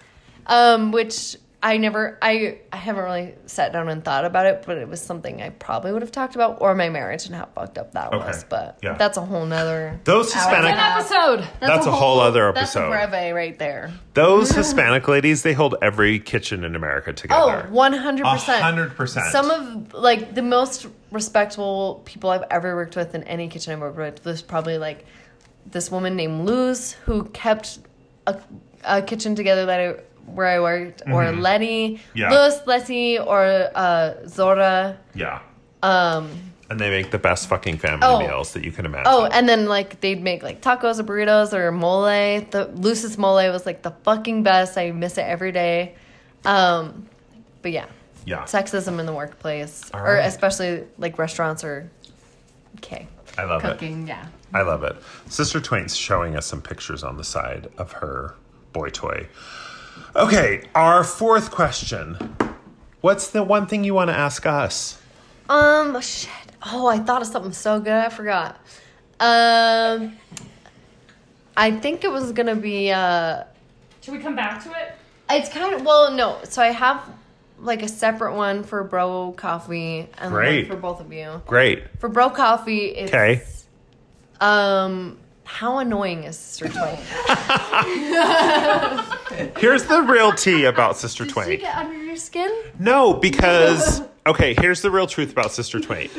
um, which I never, I, I haven't really sat down and thought about it, but it was something I probably would have talked about, or my marriage and how fucked up that
Okay.
was. But
Yeah.
that's a whole nother.
Those Hispanic
episode.
That's a whole other episode.
That's a breve right there.
Those Hispanic ladies, they hold every kitchen in America together.
Oh, 100%.
A hundred percent.
Some of, like, the most respectable people I've ever worked with in any kitchen I've worked with was probably, like, this woman named Luz who kept a, a kitchen together that I, where I worked, or Letty,
Yeah.
Luz, Letty, or uh, Zora.
yeah.
Um,
And they make the best fucking family
Oh.
meals that you can imagine.
oh, and then like they'd make like tacos or burritos or mole. The Lucis mole was like the fucking best. I miss it every day. Um, but yeah,
yeah.
sexism in the workplace,
All
or
right.
especially like restaurants or okay,
I love it.
cooking. Yeah,
I love it. Sister Twain's showing us some pictures on the side of her boy toy. Okay, our fourth question. What's the one thing you want to ask us?
Um, shit. Oh, I thought of something so good. I forgot. Um, I think it was gonna be uh.
Should we come back to it?
It's kind of well, no. So I have like a separate one for bro coffee and
Great.
one for both of you.
Great.
For bro coffee, it's
Okay.
um how annoying is Sister Twain?
Here's the real tea about Sister Twain.
under your skin?
No, because okay, here's the real truth about Sister Twain.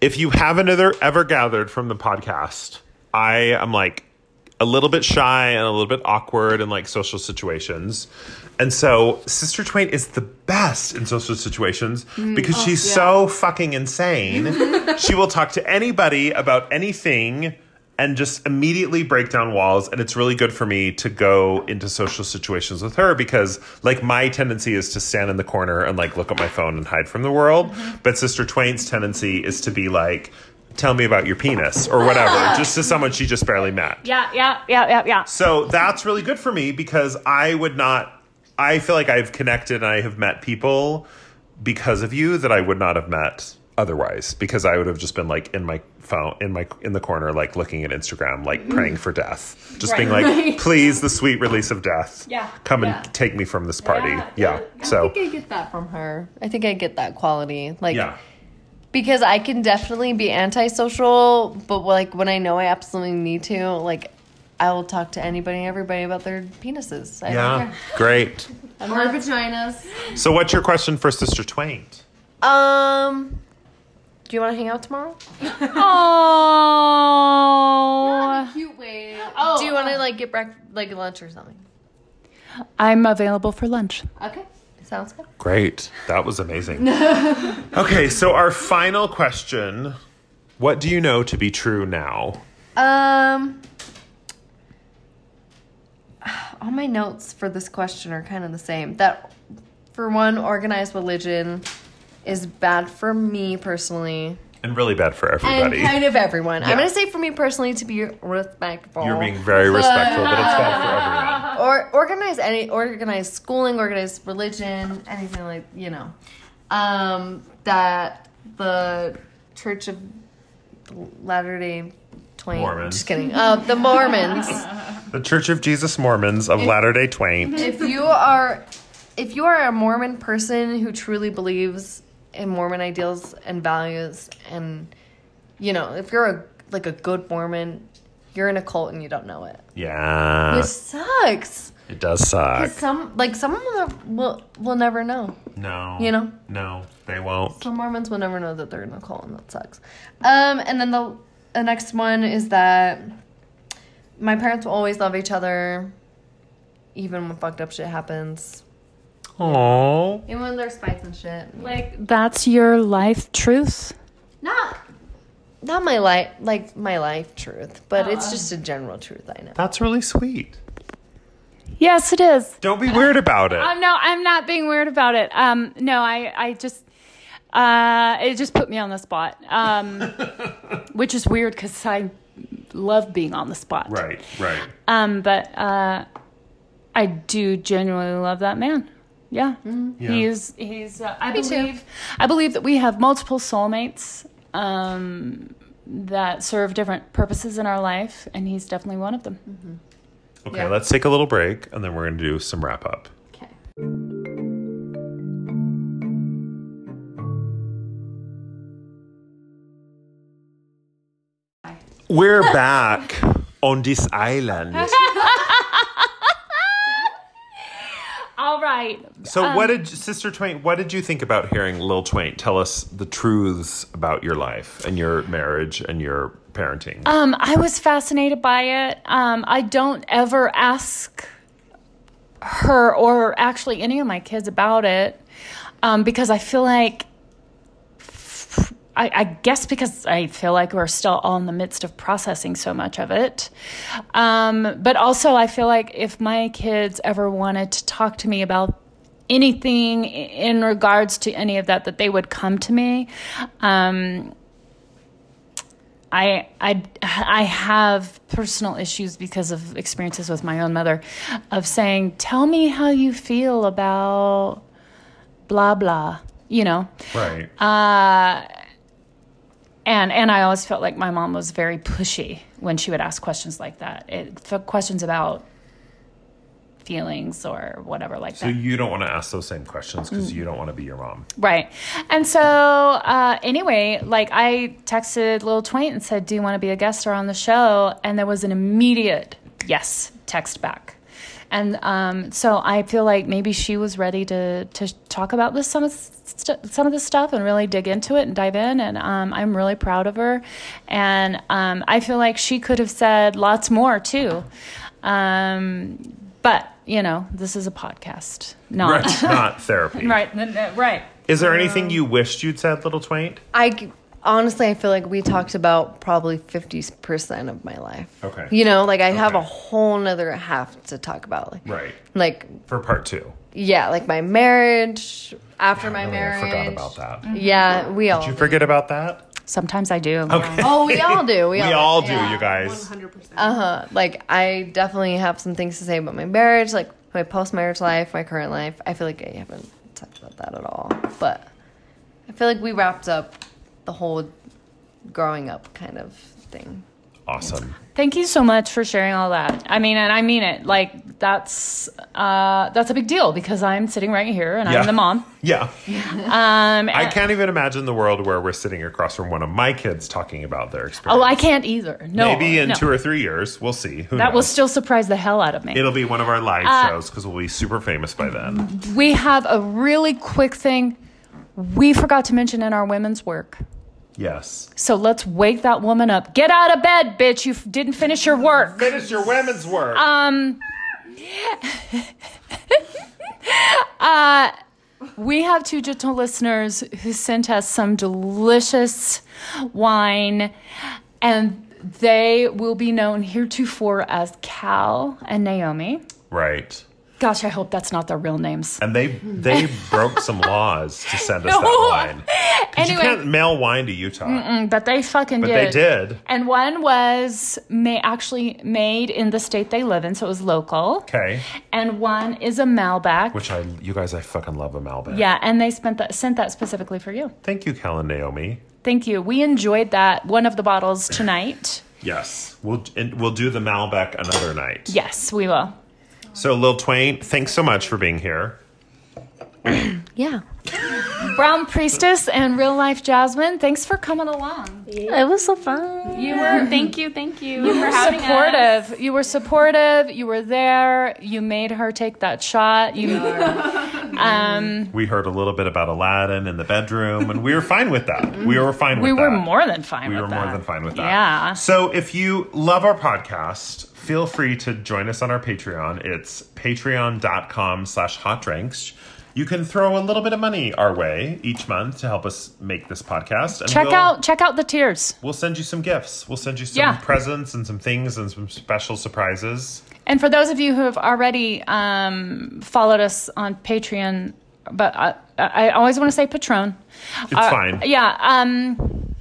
If you haven't ever, ever gathered from the podcast, I am like a little bit shy and a little bit awkward in like social situations. And so Sister Twain is the best in social situations because she's so fucking insane. she will talk to anybody about anything and just immediately break down walls and it's really good for me to go into social situations with her because like my tendency is to stand in the corner and like look at my phone and hide from the world but sister twain's tendency is to be like tell me about your penis or whatever just to someone she just barely met
Yeah, yeah, yeah, yeah, yeah.
so that's really good for me because I would not. I feel like I've connected and I have met people because of you that I would not have met otherwise because I would have just been like in my phone in my in the corner like looking at Instagram like praying for death just being like please the sweet release of death
Yeah.
come and take me from this party yeah, so
I think I get that from her. I think I get that quality. Like
yeah
because I can definitely be antisocial, but like when I know I absolutely need to, like I will talk to anybody and everybody about their penises. I don't
yeah
care.
great
And their vaginas.
so what's your question for Sister Twain
Um do you want to hang out tomorrow?
Oh,
Cute way.
Do you want to like get breakfast, like lunch or something?
I'm available for lunch.
Okay, sounds good.
Great. That was amazing. okay, so our final question What do you know to be true now?
Um, all my notes for this question are kind of the same. That, for one, organized religion is bad for me personally,
And really bad for
and
everybody.
kind of everyone.
Yeah.
I'm gonna say for me personally to be respectful.
You're being very respectful, but it's bad for everyone.
or organize any organized schooling, organized religion, anything like you know, um, that the Church of Latter Day Twain.
Mormons.
Just kidding. Uh, the Mormons.
The Church of Jesus Mormons of Latter day Twain.
if you are, if you are a Mormon person who truly believes in Mormon ideals and values, and you know, if you're a like a good Mormon, you're in a cult and you don't know it.
Yeah,
Which sucks.
it does suck.
Some like some of them will will never know.
No.
You know?
No, they won't.
So Mormons will never know that they're in a cult, and that sucks. Um, and then the, the next one is that my parents will always love each other, even when fucked up shit happens,
Aww.
even when there's fights and shit.
Like that's your life truth.
Not, not my life, like my life truth, but it's just a general truth I know.
That's really sweet.
Yes, it is.
Don't
Uh,
be weird about it.
Um, no, I'm not being weird about it. Um, no, I, I just, uh, it just put me on the spot, um, which is weird because I love being on the spot.
Right, right.
Um, but uh, I do genuinely love that man. Yeah,
Mm-hmm.
he's he's. Uh, I believe I believe that we have multiple soulmates um, that serve different purposes in our life, and he's definitely one of them.
Okay,
Yeah.
let's take a little break and then we're going to do some wrap up. We're back on this island.
All right, Um,
So, what did Sister Twain? What did you think about hearing Lil Twain tell us the truths about your life and your marriage and your parenting?
Um, I was fascinated by it. Um, I don't ever ask her or actually any of my kids about it um, because I feel like. I, I guess because I feel like we're still all in the midst of processing so much of it. Um, but also, I feel like if my kids ever wanted to talk to me about anything i- in regards to any of that, that they would come to me. Um, I I I have personal issues because of experiences with my own mother of saying, "Tell me how you feel about blah blah," you know.
right.
And and I always felt like my mom was very pushy when she would ask questions like that. It for questions about feelings or whatever like
so
that.
you don't want to ask those same questions
Mm.
because you don't want to be your mom.
Right. And so, uh, anyway, like I texted Lil Twain and said, Do you want to be a guest star on the show? And there was an immediate yes text back.
And um, so I feel like maybe she was ready to to talk about this some of st- some of this stuff and really dig into it and dive in. And um, I'm really proud of her. And um, I feel like she could have said lots more too. Um, but you know, this is a podcast, not
Right, not therapy.
right. n- n- right.
Is there anything you wished you'd said, little Twaint?
I g- honestly, I feel like we talked about probably 50% of my life.
Okay.
You know, like I have a
Okay.
whole nother half to talk about. Like,
Right.
Like,
For part two.
yeah, like my marriage, after my
Really,
marriage.
I forgot about that.
Mm.
Yeah, we all.
Did you forget about that?
Sometimes I do.
oh, we all do. We,
We
all,
all do, you guys.
100%.
Uh-huh. Like I definitely have some things to say about my marriage, like my post-marriage life, my current life. I feel like I haven't talked about that at all, but I feel like we wrapped up the whole growing up kind of thing.
Awesome.
Thank you so much for sharing all that. I mean, and I mean it. Like that's uh, that's a big deal because I'm sitting right here and
Yeah.
I'm the mom.
Yeah.
Um,
I
and-
can't even imagine the world where we're sitting across from one of my kids talking about their experience.
oh, I can't either. No,
Maybe in
no.
two or three years. We'll see. Who
that will Uh,
knows?
still surprise the hell out of me.
It'll be one of our live shows because we'll be super famous by then.
we have a really quick thing we forgot to mention in our women's work.
Yes.
So let's wake that woman up. Get out of bed, bitch. You f- didn't finish your work.
Finish your women's work.
Um, We have two gentle listeners who sent us some delicious wine, and they will be known heretofore as Cal and Naomi.
right.
Gosh, I hope that's not their real names.
And they they broke some laws to send us that
No.
wine. 'Cause you
Anyway.
can't mail wine to Utah.
Mm, But they fucking
But
did.
they did.
And one was ma- actually made in the state they live in, so it was local.
Okay.
And one is a Malbec.
Which I, you guys, I fucking love a Malbec.
yeah, and they spent that, sent that specifically for you.
Thank you, Cal and Naomi.
Thank you. We enjoyed that one of the bottles tonight.
Yes. We'll and we'll do the Malbec another night.
Yes, we will.
So, Lil Twain, thanks so much for being here.
Yeah.
Brown Priestess and Real Life Jasmine, thanks for coming along.
It was so fun.
You were
Thank you, thank you for having us.
supportive. You were supportive. You were there. You made her take that shot. You um
We heard a little bit about Aladdin in the bedroom, and we were fine with that. We were fine with
we
that.
were more than fine
we
with
were
that.
more than fine with that.
Yeah.
So if you love our podcast, feel free to join us on our Patreon. It's patreon.com slash hot drinks. You can throw a little bit of money our way each month to help us make this podcast. And
Check
we'll-
out check out the tears.
We'll send you some gifts. We'll send you some
Yeah.
presents and some things and some special surprises.
And for those of you who have already um, followed us on Patreon, but I, I always want to say Patron.
It's fine.
Yeah. Um,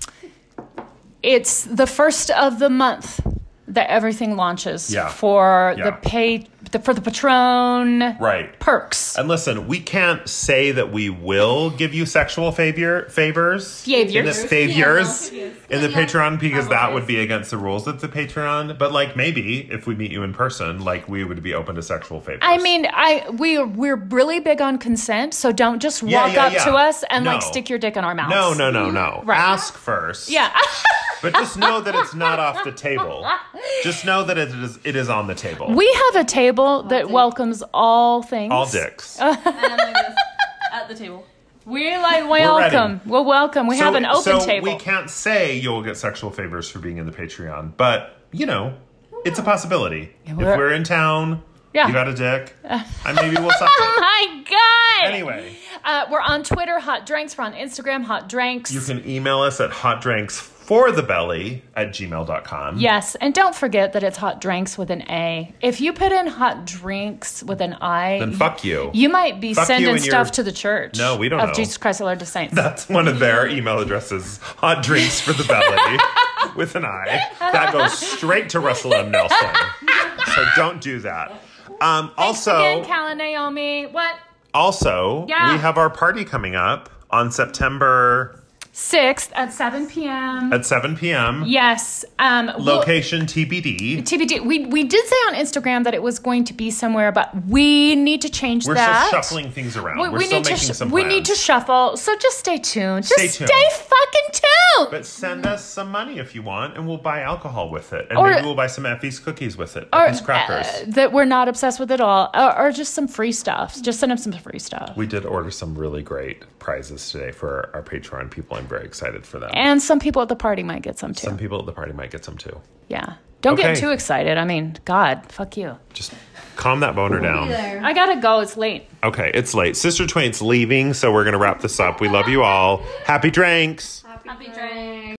it's the first of the month that everything launches
Yeah.
for
Yeah.
the pay the, for the Patron
Right.
perks.
And listen, we can't say that we will give you sexual favor favors, in the, favors
Behaviors.
in the Patreon because that would be against the rules of the Patreon. But like maybe if we meet you in person, like we would be open to sexual favors.
I mean, I we are, we're really big on consent, so don't just
Yeah,
walk
yeah,
up
yeah.
to us and like
No.
stick your dick in our mouths.
no, no, no, no.
Right.
Ask first.
Yeah.
but just know that it's not off the table. Just know that it is it is on the table.
We have a table that welcomes all things.
All dicks.
Oh,
At the table.
We like
ready.
welcome. We're welcome. We have an open
so
table.
we can't say you'll get sexual favors for being in the Patreon, but you know, it's a possibility.
we're-
if we're in town,
Yeah.
you got a dick, I maybe we'll suck it.
My God.
Anyway,
uh, we're on Twitter, Hot Drinks. We're on Instagram, Hot Drinks.
you can email us at hotdrinksforthebelly at gmail.com.
yes, and don't forget that it's Hot Drinks with an A. If you put in Hot Drinks with an I,
Then fuck you.
you might be
fuck you
sending
and your-
stuff to the church.
No, we don't
Of
know.
Jesus Christ, our Lord of Saints.
That's one of their email addresses. Hot drinks for the belly with an I. That goes straight to Russell M. Nelson. So don't do that. Um, also,
Again, Cal and Naomi. What?
Also,
Yeah.
we have our party coming up on September
6th at 7 p.m.
at 7 p.m.
Yes. Um, we'll-
Location TBD.
TBD. We we did say on Instagram that it was going to be somewhere, but we need to change
We're
that.
still shuffling things around.
We,
We're
we
still
need to
making
sh-
some
we
plans.
need to shuffle. So just stay tuned.
Stay
just
tuned.
stay fucking tuned.
But send us some money if you want, and we'll buy alcohol with it, and
Or-
maybe we'll buy some Effie's cookies with it,
Or,
Effie's crackers.
uh, that we're not obsessed with at all, or, or just some free stuff. Just send them some free stuff
we did order some really great prizes today for our Patreon people. I'm very excited for them.
and some people at the party might get some too.
some people at the party might get some too.
yeah. Don't get
Okay.
too excited. I mean, God, fuck you.
Just calm that boner down.
I gotta go. It's late.
Okay, it's late. Sister Twain's leaving, so we're gonna wrap this up. We love you all. Happy drinks.